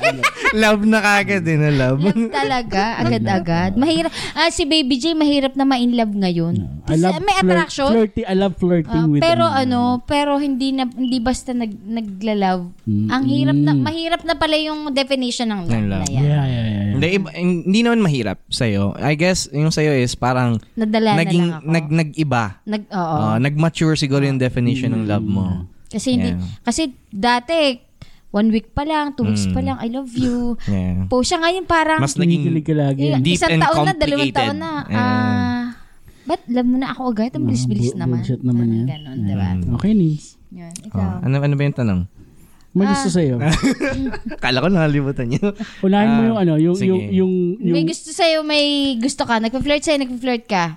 [SPEAKER 3] love na kagad din, na love.
[SPEAKER 2] Love talaga, agad-agad. Mahirap. Ah, si Baby J, mahirap na ma-in love ngayon.
[SPEAKER 1] I love
[SPEAKER 2] May
[SPEAKER 1] flirt-
[SPEAKER 2] attraction.
[SPEAKER 1] Flirty, I love flirting
[SPEAKER 2] Ah,
[SPEAKER 1] with
[SPEAKER 2] pero
[SPEAKER 1] them.
[SPEAKER 2] ano, pero hindi na hindi basta nag nagla-love. Ang hirap na mahirap na pala yung definition ng love,
[SPEAKER 3] Ng love.
[SPEAKER 2] na yan.
[SPEAKER 1] Yeah, yeah, yeah. yeah.
[SPEAKER 3] Hindi, iba- hindi naman mahirap sa'yo. I guess, yung sa'yo is parang
[SPEAKER 2] Nadala
[SPEAKER 3] naging,
[SPEAKER 2] na lang ako.
[SPEAKER 3] nag, nag-iba.
[SPEAKER 2] Nag oo.
[SPEAKER 3] Ah, nag-mature siguro yung definition ng love mo.
[SPEAKER 2] kasi hindi
[SPEAKER 3] yeah.
[SPEAKER 2] kasi dati one week pa lang, two weeks
[SPEAKER 3] Mm.
[SPEAKER 2] pa lang, I love you.
[SPEAKER 3] Yeah.
[SPEAKER 2] Po siya ngayon parang
[SPEAKER 3] Mas naging
[SPEAKER 1] Kinikilig ka lagi.
[SPEAKER 2] eh,
[SPEAKER 3] deep
[SPEAKER 2] isang
[SPEAKER 3] and
[SPEAKER 2] taon na, dalawang
[SPEAKER 3] complicated.
[SPEAKER 2] taon na.
[SPEAKER 3] Yeah. Ah,
[SPEAKER 2] Ah, but love mo na ako agad, ang bilis-bilis
[SPEAKER 1] Bu-
[SPEAKER 2] naman.
[SPEAKER 1] Bullshit naman
[SPEAKER 2] Parang
[SPEAKER 1] yan.
[SPEAKER 2] Ganun, diba?
[SPEAKER 1] Okay, Nins.
[SPEAKER 2] Yun, ikaw.
[SPEAKER 3] Ah, ano, ano ba yung tanong?
[SPEAKER 2] Ah.
[SPEAKER 1] May gusto sa'yo.
[SPEAKER 3] Kala ko nakalimutan niyo.
[SPEAKER 1] Unahin mo
[SPEAKER 3] Ah,
[SPEAKER 1] yung ano, yung,
[SPEAKER 3] sige.
[SPEAKER 1] yung, yung, yung,
[SPEAKER 2] may gusto sa'yo, may gusto ka. Nagpa-flirt sa'yo, nagpa-flirt ka.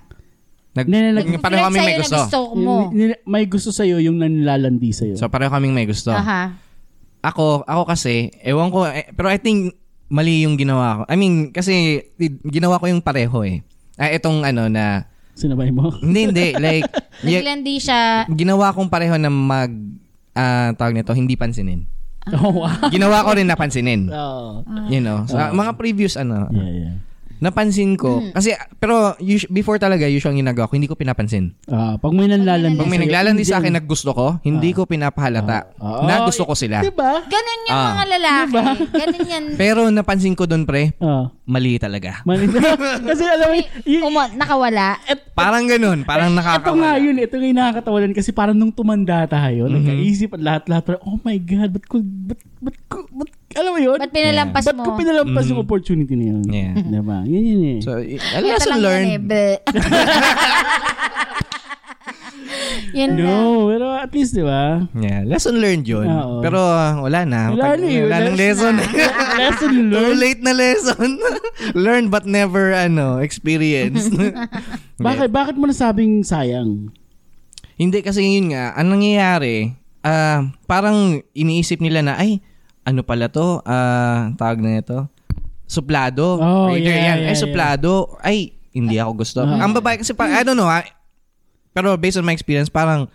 [SPEAKER 3] Nag,
[SPEAKER 1] Hindi, hindi,
[SPEAKER 3] nag-
[SPEAKER 2] Nag-flirt
[SPEAKER 3] pareho kami may
[SPEAKER 2] sa'yo na
[SPEAKER 3] gusto.
[SPEAKER 2] gusto mo.
[SPEAKER 1] yung- yung- may gusto sa'yo yung nanlalandi sa'yo.
[SPEAKER 3] So, pareho kaming may gusto.
[SPEAKER 2] Aha.
[SPEAKER 3] Ako, ako kasi, ewan ko, eh, pero I think mali yung ginawa ko. I mean, kasi i- ginawa ko yung pareho eh. Ah, itong ano na,
[SPEAKER 1] Sinabay mo?
[SPEAKER 3] hindi, hindi, like, y-
[SPEAKER 2] Naglandi siya.
[SPEAKER 3] ginawa kong pareho na mag, ah, tawag nito, hindi pansinin.
[SPEAKER 1] Oh, wow.
[SPEAKER 3] Ginawa ko rin napansinin.
[SPEAKER 1] Oh.
[SPEAKER 3] You know, sa mga previous ano,
[SPEAKER 1] Yeah, yeah.
[SPEAKER 3] napansin ko.
[SPEAKER 1] Hmm.
[SPEAKER 3] Kasi, pero us- before talaga, usually ang ginagawa ko, hindi ko pinapansin.
[SPEAKER 1] Ah, pag may nanlalandi
[SPEAKER 3] Pag may
[SPEAKER 1] sa'yo,
[SPEAKER 3] naglalandi sa
[SPEAKER 1] hindi
[SPEAKER 3] akin na gusto ko, hindi ko pinapahalata
[SPEAKER 1] Ah.
[SPEAKER 3] na
[SPEAKER 1] Oh,
[SPEAKER 3] gusto ko sila.
[SPEAKER 1] yan- Diba?
[SPEAKER 2] Ganun yung
[SPEAKER 3] Ah.
[SPEAKER 2] mga lalaki. Ganun yan.
[SPEAKER 3] Pero napansin ko doon, pre,
[SPEAKER 1] Ah.
[SPEAKER 3] mali talaga.
[SPEAKER 1] Mali Kasi alam mo, y-
[SPEAKER 2] Umo, nakawala.
[SPEAKER 3] Parang ganun, parang
[SPEAKER 1] ito nga
[SPEAKER 3] nakakawala. Mm-hmm.
[SPEAKER 1] yun, ito nga yung nakakatawanan kasi parang nung tumanda tayo, nagkaisip at lahat-lahat, parang, oh my God, ba't ko, ba't, ba't ko, ba't, alam mo yun?
[SPEAKER 2] Ba't pinalampas
[SPEAKER 1] Ba't
[SPEAKER 2] mo? Mm-hmm.
[SPEAKER 1] ko pinalampas yung
[SPEAKER 3] Mhm.
[SPEAKER 1] opportunity na yun?
[SPEAKER 3] Yeah.
[SPEAKER 1] Diba? Yun yun eh.
[SPEAKER 3] So, y- a
[SPEAKER 2] Kaya
[SPEAKER 3] lesson
[SPEAKER 2] talang
[SPEAKER 3] learned.
[SPEAKER 2] Yan, eh, bleh. Yun lang.
[SPEAKER 1] no, pero at least, diba? di ba?
[SPEAKER 3] Yeah, lesson learned yun.
[SPEAKER 1] Ah, Oo.
[SPEAKER 3] Pero uh, wala na.
[SPEAKER 1] Wala na eh,
[SPEAKER 3] wala
[SPEAKER 1] wala
[SPEAKER 3] nang
[SPEAKER 1] na.
[SPEAKER 3] lesson.
[SPEAKER 1] Lesson
[SPEAKER 3] Too
[SPEAKER 1] learned.
[SPEAKER 3] late na lesson. Learn but never ano experience.
[SPEAKER 1] Bakit, bakit mo nasabing sayang?
[SPEAKER 3] Hindi kasi yun nga, ang nangyayari, ah, parang iniisip nila na, ay, ano pala to, ah, tawag na ito, suplado.
[SPEAKER 1] Oh, yeah,
[SPEAKER 3] Either
[SPEAKER 1] yeah, Uh-huh.
[SPEAKER 3] ay,
[SPEAKER 1] yeah.
[SPEAKER 3] suplado, ay, hindi ako gusto. Ang babae kasi, parang, I don't know, ah, pero based on my experience, parang,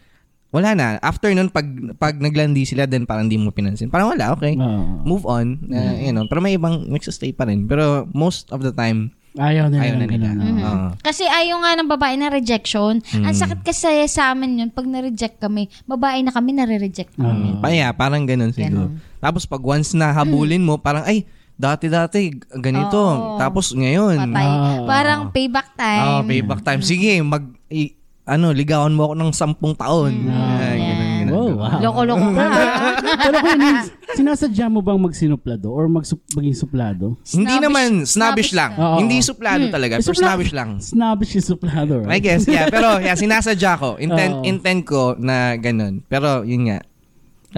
[SPEAKER 3] wala na. After nun, pag, pag naglandi sila, then parang di mo pinansin. Parang wala, okay.
[SPEAKER 1] Oo.
[SPEAKER 3] Move on.
[SPEAKER 1] Mm-hmm.
[SPEAKER 3] na you know, pero may ibang nagsistay pa rin. Pero most of the time,
[SPEAKER 1] ayaw na nila.
[SPEAKER 3] ayaw na
[SPEAKER 1] ng
[SPEAKER 3] nila. Uh-huh.
[SPEAKER 1] ganun. ah.
[SPEAKER 3] Oo.
[SPEAKER 2] Kasi ayaw nga ng babae na rejection.
[SPEAKER 3] Hmm.
[SPEAKER 2] Ang sakit kasi sa amin yun, pag na-reject kami, babae na kami, nare-reject na.
[SPEAKER 1] Oo.
[SPEAKER 3] Pa yeah, parang ganun siguro. Tapos pag once na habulin mo, parang ay, dati-dati ganito.
[SPEAKER 2] Oo.
[SPEAKER 3] Tapos ngayon,
[SPEAKER 2] Patay.
[SPEAKER 1] Ah.
[SPEAKER 2] Parang payback time.
[SPEAKER 3] ah, payback time. Sige, mag i- ano, ligawan mo ako ng sampung taon. Ay, ganun, ganun.
[SPEAKER 1] Wow, wow.
[SPEAKER 2] Loko-loko ka. ha?
[SPEAKER 1] Pero kung yun, sinasadya mo bang magsinoplado or magsup, maging suplado?
[SPEAKER 3] Hindi
[SPEAKER 2] Snobbish-
[SPEAKER 3] naman, snobbish
[SPEAKER 1] ka.
[SPEAKER 3] lang.
[SPEAKER 1] Oo.
[SPEAKER 3] Hindi suplado talaga, pero
[SPEAKER 1] supla-
[SPEAKER 3] snobbish lang.
[SPEAKER 1] Snobbish yung suplado,
[SPEAKER 3] I
[SPEAKER 1] right?
[SPEAKER 3] guess, yeah. Pero yeah, sinasadya ko. Intent,
[SPEAKER 1] Oo.
[SPEAKER 3] intent ko na ganun. Pero yun nga,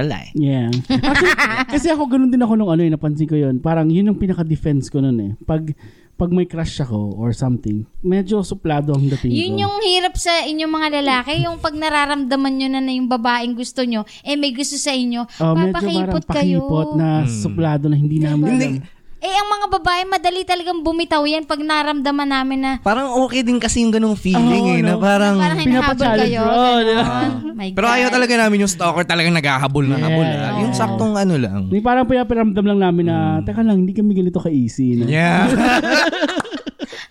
[SPEAKER 3] wala eh.
[SPEAKER 1] Yeah. Actually, kasi ako ganun din ako nung ano, eh, napansin ko yun. Parang yun yung pinaka-defense ko nun eh. Pag pag may crush ako or something, medyo suplado ang dating ko.
[SPEAKER 2] Yun yung hirap sa inyong mga lalaki, yung pag nararamdaman nyo na na yung babaeng gusto nyo, eh may gusto sa inyo,
[SPEAKER 1] Oh, medyo parang
[SPEAKER 2] papakipot kayo.
[SPEAKER 1] pakipot na
[SPEAKER 3] Hmm.
[SPEAKER 1] suplado na hindi namin
[SPEAKER 3] Hindi,
[SPEAKER 1] alam.
[SPEAKER 2] Eh ang mga babae, madali talagang bumitaw yan pag naramdaman namin na
[SPEAKER 3] parang okay din kasi yung ganung feeling
[SPEAKER 1] Oo,
[SPEAKER 3] eh, na
[SPEAKER 1] no?
[SPEAKER 3] parang...
[SPEAKER 2] parang hinahabol
[SPEAKER 1] pinapa-challenge
[SPEAKER 2] kayo.
[SPEAKER 1] mo. Oh, di ba?
[SPEAKER 3] Ah.
[SPEAKER 2] Ganon. My
[SPEAKER 3] Pero
[SPEAKER 2] God.
[SPEAKER 3] ayaw talaga namin yung stalker talagang naghahabol na habol. ah. Yung saktong ano lang.
[SPEAKER 1] Hindi, parang pinaparamdam lang namin na,
[SPEAKER 3] Hmm.
[SPEAKER 1] teka lang, hindi kami ganito ka-easy. Na.
[SPEAKER 3] Yeah.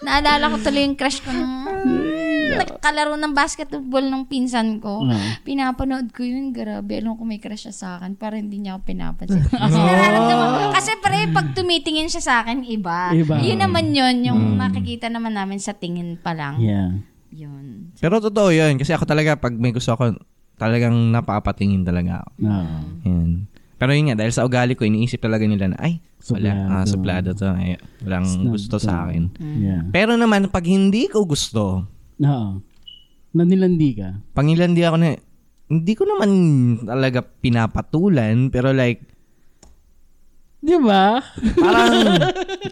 [SPEAKER 2] Naalala ko tuloy yung crush ko nung nagkalaro ng basketball ng pinsan ko.
[SPEAKER 1] Mm.
[SPEAKER 2] Pinapanood ko yun. Grabe, alam ko may crush siya sa akin para hindi niya ako pinapansin. Kasi nararamdaman ko. Kasi pre, pag tumitingin siya sa akin, iba.
[SPEAKER 1] Iba. Mm.
[SPEAKER 2] Yun naman yun, yung nakikita naman namin sa tingin pa lang.
[SPEAKER 1] Yeah.
[SPEAKER 2] Yun.
[SPEAKER 3] Pero totoo yun. Kasi ako talaga, pag may gusto ako, talagang napapatingin talaga ako.
[SPEAKER 1] Oo.
[SPEAKER 3] Yan. Pero yun nga, dahil sa ugali ko, iniisip talaga nila na, ay, wala,
[SPEAKER 1] Suplado.
[SPEAKER 3] ah, suplado to. Ay, walang gusto sa akin.
[SPEAKER 1] Yeah.
[SPEAKER 3] Pero naman, pag hindi ko gusto,
[SPEAKER 1] Oo. Nanilandi ka.
[SPEAKER 3] pag nilandi ako na, hindi ko naman talaga pinapatulan, pero like,
[SPEAKER 1] Di ba?
[SPEAKER 3] Parang,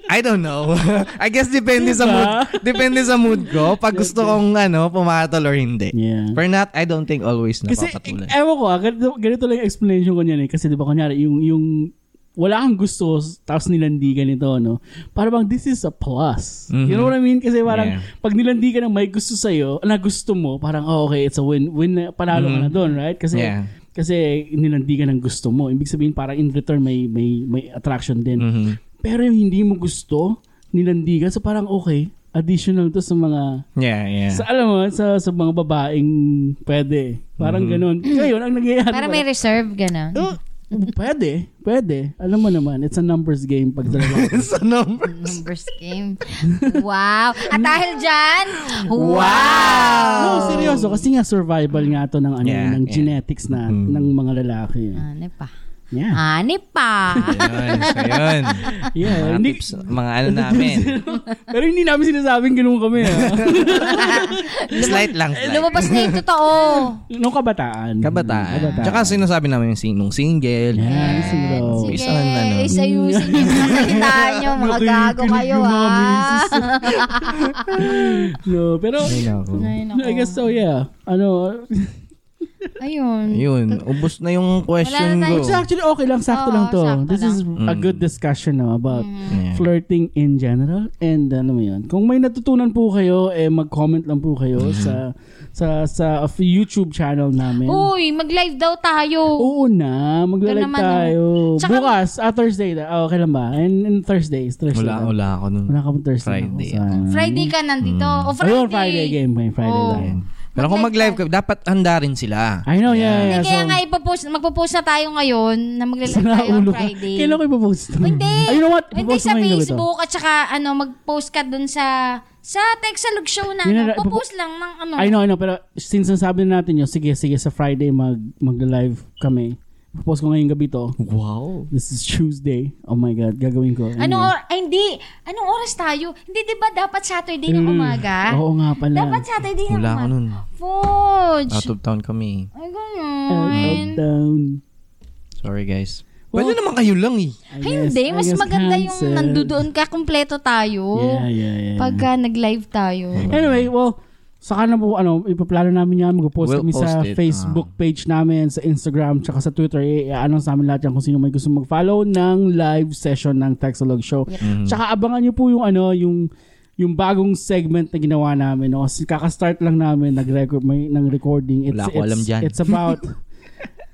[SPEAKER 3] I don't know. I guess depende
[SPEAKER 1] Diba?
[SPEAKER 3] sa mood. Depende sa mood ko. Pag gusto kong ano, pumatol or hindi.
[SPEAKER 1] Yeah.
[SPEAKER 3] For not, I don't think always
[SPEAKER 1] Kasi,
[SPEAKER 3] napapatulan.
[SPEAKER 1] eh, ewan ko ah, ganito, ganito lang yung explanation ko niyan eh. Kasi di ba, kunyari, yung, yung wala kang gusto, tapos nilandi ka nito, no? Para bang, this is a plus. You know what I mean? Kasi parang,
[SPEAKER 3] Mm-hmm. Yeah.
[SPEAKER 1] pag nilandi ka ng may gusto sa'yo, na gusto mo, parang, oh, okay, it's a win. Win na, panalo ka na doon, right? Kasi,
[SPEAKER 3] Mm-hmm. Yeah.
[SPEAKER 1] kasi nilandi ka ng gusto mo. Ibig sabihin, parang in return, may, may, may attraction din.
[SPEAKER 3] Mhm.
[SPEAKER 1] Pero yung hindi mo gusto, nilandi ka, so parang, okay, additional to sa mga
[SPEAKER 3] Yeah, yeah.
[SPEAKER 1] sa alam mo, sa, sa mga babaeng pwede. Parang
[SPEAKER 3] Mm-hmm.
[SPEAKER 1] ganun. Ngayon, ang nangyayari.
[SPEAKER 2] Para may reserve, ganun.
[SPEAKER 1] Oh, pwede, pwede. Alam mo naman, it's a numbers game pag dalawa.
[SPEAKER 3] sa number.
[SPEAKER 2] Numbers game. Wow. At dahil dyan, wow!
[SPEAKER 3] Wow!
[SPEAKER 1] no, seryoso. Kasi nga survival nga to ng, ano,
[SPEAKER 3] Yeah, Mm-hmm.
[SPEAKER 1] ng
[SPEAKER 3] yeah.
[SPEAKER 1] genetics na, ng mga lalaki.
[SPEAKER 2] Ano pa?
[SPEAKER 1] Yeah.
[SPEAKER 2] Ani pa.
[SPEAKER 3] Ayun, so yun.
[SPEAKER 1] Yeah,
[SPEAKER 3] Mga
[SPEAKER 1] hindi-
[SPEAKER 3] tips, mga ano namin.
[SPEAKER 1] Pero hindi namin sinasabing ganun kami. ah. Ha?
[SPEAKER 3] Slight lang. Slight.
[SPEAKER 2] Lumabas na yung totoo.
[SPEAKER 1] Nung kabataan.
[SPEAKER 3] Kabataan. Tsaka sinasabi namin yung sing- nung single.
[SPEAKER 1] Yan, single.
[SPEAKER 2] Sige,
[SPEAKER 3] Isa lang na, no?
[SPEAKER 2] isayusin yung mga salita nyo. Mga gago
[SPEAKER 1] Nakikinig
[SPEAKER 2] kayo,
[SPEAKER 1] ano. yung mga
[SPEAKER 2] ah.
[SPEAKER 1] misis. no, pero
[SPEAKER 3] Ayun ako.
[SPEAKER 2] Ay,
[SPEAKER 1] I guess so, yeah. Ano,
[SPEAKER 2] Ayun.
[SPEAKER 3] Yun, ubos na yung
[SPEAKER 2] Wala na
[SPEAKER 3] question ko.
[SPEAKER 2] tayo-
[SPEAKER 1] Which is actually okay lang, sakto
[SPEAKER 2] Oo,
[SPEAKER 1] lang to.
[SPEAKER 2] sakto Mm.
[SPEAKER 1] This is a
[SPEAKER 3] Mm.
[SPEAKER 1] good discussion no, about
[SPEAKER 3] Yeah.
[SPEAKER 1] flirting in general and ano mo yun. Kung may natutunan po kayo, eh mag-comment lang po kayo
[SPEAKER 3] Mm-hmm.
[SPEAKER 1] sa sa sa f- YouTube channel namin.
[SPEAKER 2] Uy, mag-live daw tayo.
[SPEAKER 1] Oo na,
[SPEAKER 2] Doon
[SPEAKER 1] magla-live
[SPEAKER 2] naman,
[SPEAKER 1] tayo.
[SPEAKER 2] Tsaka-
[SPEAKER 1] Bukas, ah, Thursday na. Ah, okay lang ba? And, and Thursdays, Thursday.
[SPEAKER 3] Wala,
[SPEAKER 1] lang.
[SPEAKER 3] wala ako nun.
[SPEAKER 1] Wala ka pong Thursday.
[SPEAKER 3] Friday. ah.
[SPEAKER 1] Ako, sa-
[SPEAKER 2] Friday ka nandito. O
[SPEAKER 1] Hmm.
[SPEAKER 2] Friday. Oh.
[SPEAKER 1] Ayun, Friday game. May Friday
[SPEAKER 2] Oo.
[SPEAKER 1] lang.
[SPEAKER 3] Pero kung mag-live ka, dapat handa rin sila.
[SPEAKER 1] I know, yeah, yeah.
[SPEAKER 2] Hindi, kaya
[SPEAKER 1] so-
[SPEAKER 2] nga ipopost, magpo-post na tayo ngayon na mag-live
[SPEAKER 1] Sana
[SPEAKER 2] tayo on
[SPEAKER 1] ulo ko.
[SPEAKER 2] Friday.
[SPEAKER 1] Kailan ko ipopost? to?
[SPEAKER 2] Hindi.
[SPEAKER 1] Ay, you know what?
[SPEAKER 2] Hindi
[SPEAKER 1] Ipopost
[SPEAKER 2] sa
[SPEAKER 1] mo yung gabi to.
[SPEAKER 2] Facebook at saka ano, mag-post ka dun sa sa Texalog show na.
[SPEAKER 1] Yun na,
[SPEAKER 2] ano,
[SPEAKER 1] ipopo-
[SPEAKER 2] Popost lang ng ano.
[SPEAKER 1] I know, I know. Pero since nasabi na natin yun, sige, sige, sa Friday mag, mag-live kami. Ipopost ko ngayong gabi to.
[SPEAKER 3] Wow.
[SPEAKER 1] This is Tuesday. Oh my God, gagawin ko.
[SPEAKER 2] Ano
[SPEAKER 1] Anyway.
[SPEAKER 2] or ay, hindi. Anong oras tayo? Hindi 'di ba dapat Saturday ng
[SPEAKER 1] Mm.
[SPEAKER 2] umaga?
[SPEAKER 1] Oo nga pala.
[SPEAKER 2] Dapat Saturday ng
[SPEAKER 3] Wala ako
[SPEAKER 2] umaga.
[SPEAKER 3] nun.
[SPEAKER 2] Fudge.
[SPEAKER 3] Out of town kami.
[SPEAKER 1] Out
[SPEAKER 2] Ay, ganun.
[SPEAKER 1] of town.
[SPEAKER 3] Sorry guys.
[SPEAKER 1] Well-
[SPEAKER 3] Pwede naman kayo lang eh.
[SPEAKER 1] I
[SPEAKER 2] Ay,
[SPEAKER 1] guess-
[SPEAKER 2] hindi.
[SPEAKER 1] I
[SPEAKER 2] Mas
[SPEAKER 1] guess
[SPEAKER 2] maganda yung
[SPEAKER 1] cancel.
[SPEAKER 2] nandoon ka. Kompleto tayo.
[SPEAKER 1] Yeah, yeah, yeah.
[SPEAKER 2] Pagka nag-live tayo.
[SPEAKER 1] Anyway, well, saka na po, ano, ipaplano namin yan. Mag-post
[SPEAKER 3] We'll
[SPEAKER 1] kami sa
[SPEAKER 3] post it, ah.
[SPEAKER 1] Facebook page namin, sa Instagram, tsaka sa Twitter. I-announce namin lahat yan kung sino may gusto mag-follow ng live session ng Texalog Show.
[SPEAKER 3] Mm. Mm-hmm.
[SPEAKER 1] Tsaka abangan nyo po yung ano, yung yung bagong segment na ginawa namin. No? Kasi kakastart lang namin nag-record, may, ng recording. It's,
[SPEAKER 3] Wala ko alam
[SPEAKER 1] it's-
[SPEAKER 3] dyan.
[SPEAKER 1] It's about,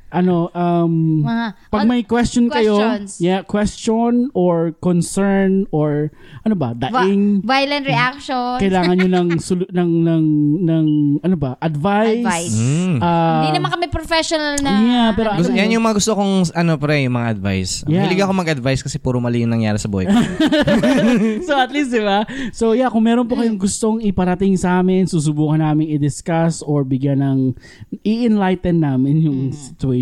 [SPEAKER 1] ano, um,
[SPEAKER 2] Mga,
[SPEAKER 1] pag may question
[SPEAKER 2] Ano,
[SPEAKER 1] kayo,
[SPEAKER 2] questions.
[SPEAKER 1] yeah, question or concern or ano ba,
[SPEAKER 2] va-
[SPEAKER 1] daing
[SPEAKER 2] violent reaction.
[SPEAKER 1] kailangan nyo ng, sulu- ng, ng, ng, ano ba, advice.
[SPEAKER 2] Advice.
[SPEAKER 3] Mm.
[SPEAKER 1] Ah,
[SPEAKER 2] Hindi naman kami professional na.
[SPEAKER 1] Yeah, pero
[SPEAKER 3] Gusto,
[SPEAKER 1] ano
[SPEAKER 3] yan yung mga gusto kong ano pre, yung mga advice.
[SPEAKER 1] Yeah.
[SPEAKER 3] Hilig ako mag-advice kasi puro mali yung nangyari sa buhay ko.
[SPEAKER 1] so at least, di ba? So yeah, kung meron po kayong gustong iparating sa amin, susubukan namin i-discuss or bigyan ng, i-enlighten namin yung situation kung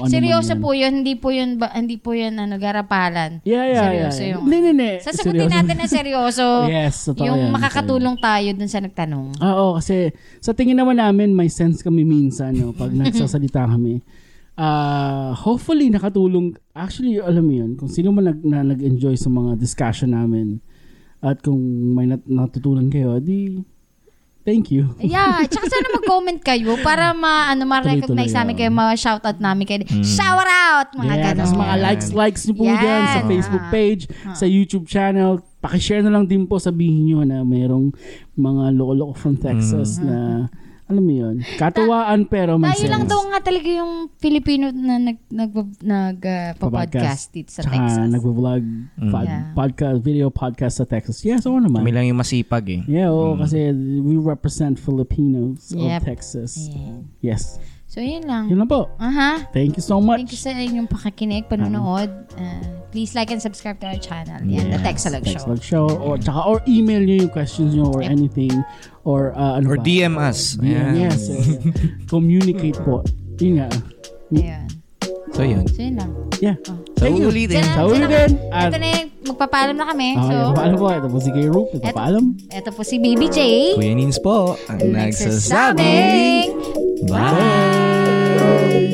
[SPEAKER 1] ano
[SPEAKER 2] Mm.
[SPEAKER 1] man
[SPEAKER 2] Seryoso
[SPEAKER 1] yan.
[SPEAKER 2] po yun. Hindi po yun, ba- hindi po yun ano, garapalan.
[SPEAKER 1] Yeah, yeah,
[SPEAKER 2] Seryoso
[SPEAKER 1] yeah.
[SPEAKER 2] yung-
[SPEAKER 1] Hindi, hindi, hindi.
[SPEAKER 2] Sasagutin
[SPEAKER 1] Eh, Seryoso.
[SPEAKER 2] natin na seryoso.
[SPEAKER 1] Yes, totoo
[SPEAKER 2] yung
[SPEAKER 1] yan.
[SPEAKER 2] makakatulong tayo dun sa nagtanong.
[SPEAKER 1] Ah, Oo, kasi sa tingin naman namin, may sense kami minsan no, pag nagsasalita kami. Ah, hopefully, nakatulong. Actually, alam mo yun, kung sino man nag, na, nag-enjoy sa mga discussion namin at kung may nat- natutunan kayo, di thank you.
[SPEAKER 2] Yeah, tsaka sana mag-comment kayo para ma ano ma-recognize
[SPEAKER 1] Tuloy-tuloy,
[SPEAKER 2] namin
[SPEAKER 1] yeah.
[SPEAKER 2] kayo, ma-shoutout namin kayo. Shout out mga
[SPEAKER 1] Yeah,
[SPEAKER 2] ganun.
[SPEAKER 1] tas mga
[SPEAKER 3] Yan.
[SPEAKER 1] likes, likes niyo po
[SPEAKER 2] Yan.
[SPEAKER 1] dyan sa
[SPEAKER 2] Ah.
[SPEAKER 1] Facebook page, sa YouTube channel. Pakishare na lang din po, sabihin nyo na mayroong mga loko-loko from Texas na, alam mo yun, katuwaan pero may
[SPEAKER 2] Tayo lang
[SPEAKER 1] sense.
[SPEAKER 2] daw nga talaga yung Filipino na nag nag, nag uh, podcast dito sa
[SPEAKER 1] Tsaka
[SPEAKER 2] Texas.
[SPEAKER 1] nagvo-vlog, pod-
[SPEAKER 2] Yeah.
[SPEAKER 1] podcast, video podcast sa Texas. Yes, oo naman.
[SPEAKER 3] Kami lang yung masipag eh.
[SPEAKER 1] Yeah, oo, kasi we represent Filipinos of
[SPEAKER 2] Yep.
[SPEAKER 1] Texas.
[SPEAKER 2] Ayan.
[SPEAKER 1] Yes.
[SPEAKER 2] So yun lang.
[SPEAKER 1] Yun lang po.
[SPEAKER 2] Aha.
[SPEAKER 1] Thank you so much.
[SPEAKER 2] Thank you sa inyong pakikinig, panonood. Uh, please like and subscribe to our channel. Yan, The Texalog Show.
[SPEAKER 1] Texalog Show. Or, tsaka, or email nyo yung questions nyo or anything. Or uh, ano
[SPEAKER 3] Or
[SPEAKER 1] ba?
[SPEAKER 3] DM us.
[SPEAKER 1] DM,
[SPEAKER 3] Ayan.
[SPEAKER 1] yes. yes, yes. Communicate po. Yun nga.
[SPEAKER 2] Ayun.
[SPEAKER 3] So yun.
[SPEAKER 2] So yun lang.
[SPEAKER 1] Yeah.
[SPEAKER 3] So
[SPEAKER 1] Thank you.
[SPEAKER 3] ulitin.
[SPEAKER 2] Yan,
[SPEAKER 1] Sa uli
[SPEAKER 2] yan.
[SPEAKER 1] din. At,
[SPEAKER 2] Ito na yung magpapaalam na kami.
[SPEAKER 1] okay,
[SPEAKER 2] So,
[SPEAKER 1] Ah, paalam po. Ito po si Gay Roop. Ito
[SPEAKER 2] Eto-
[SPEAKER 1] paalam.
[SPEAKER 2] Ito po si Baby J.
[SPEAKER 3] Kuya Nins po ang
[SPEAKER 2] Nagsasabing,
[SPEAKER 3] nagsasabing bye!
[SPEAKER 1] Bye.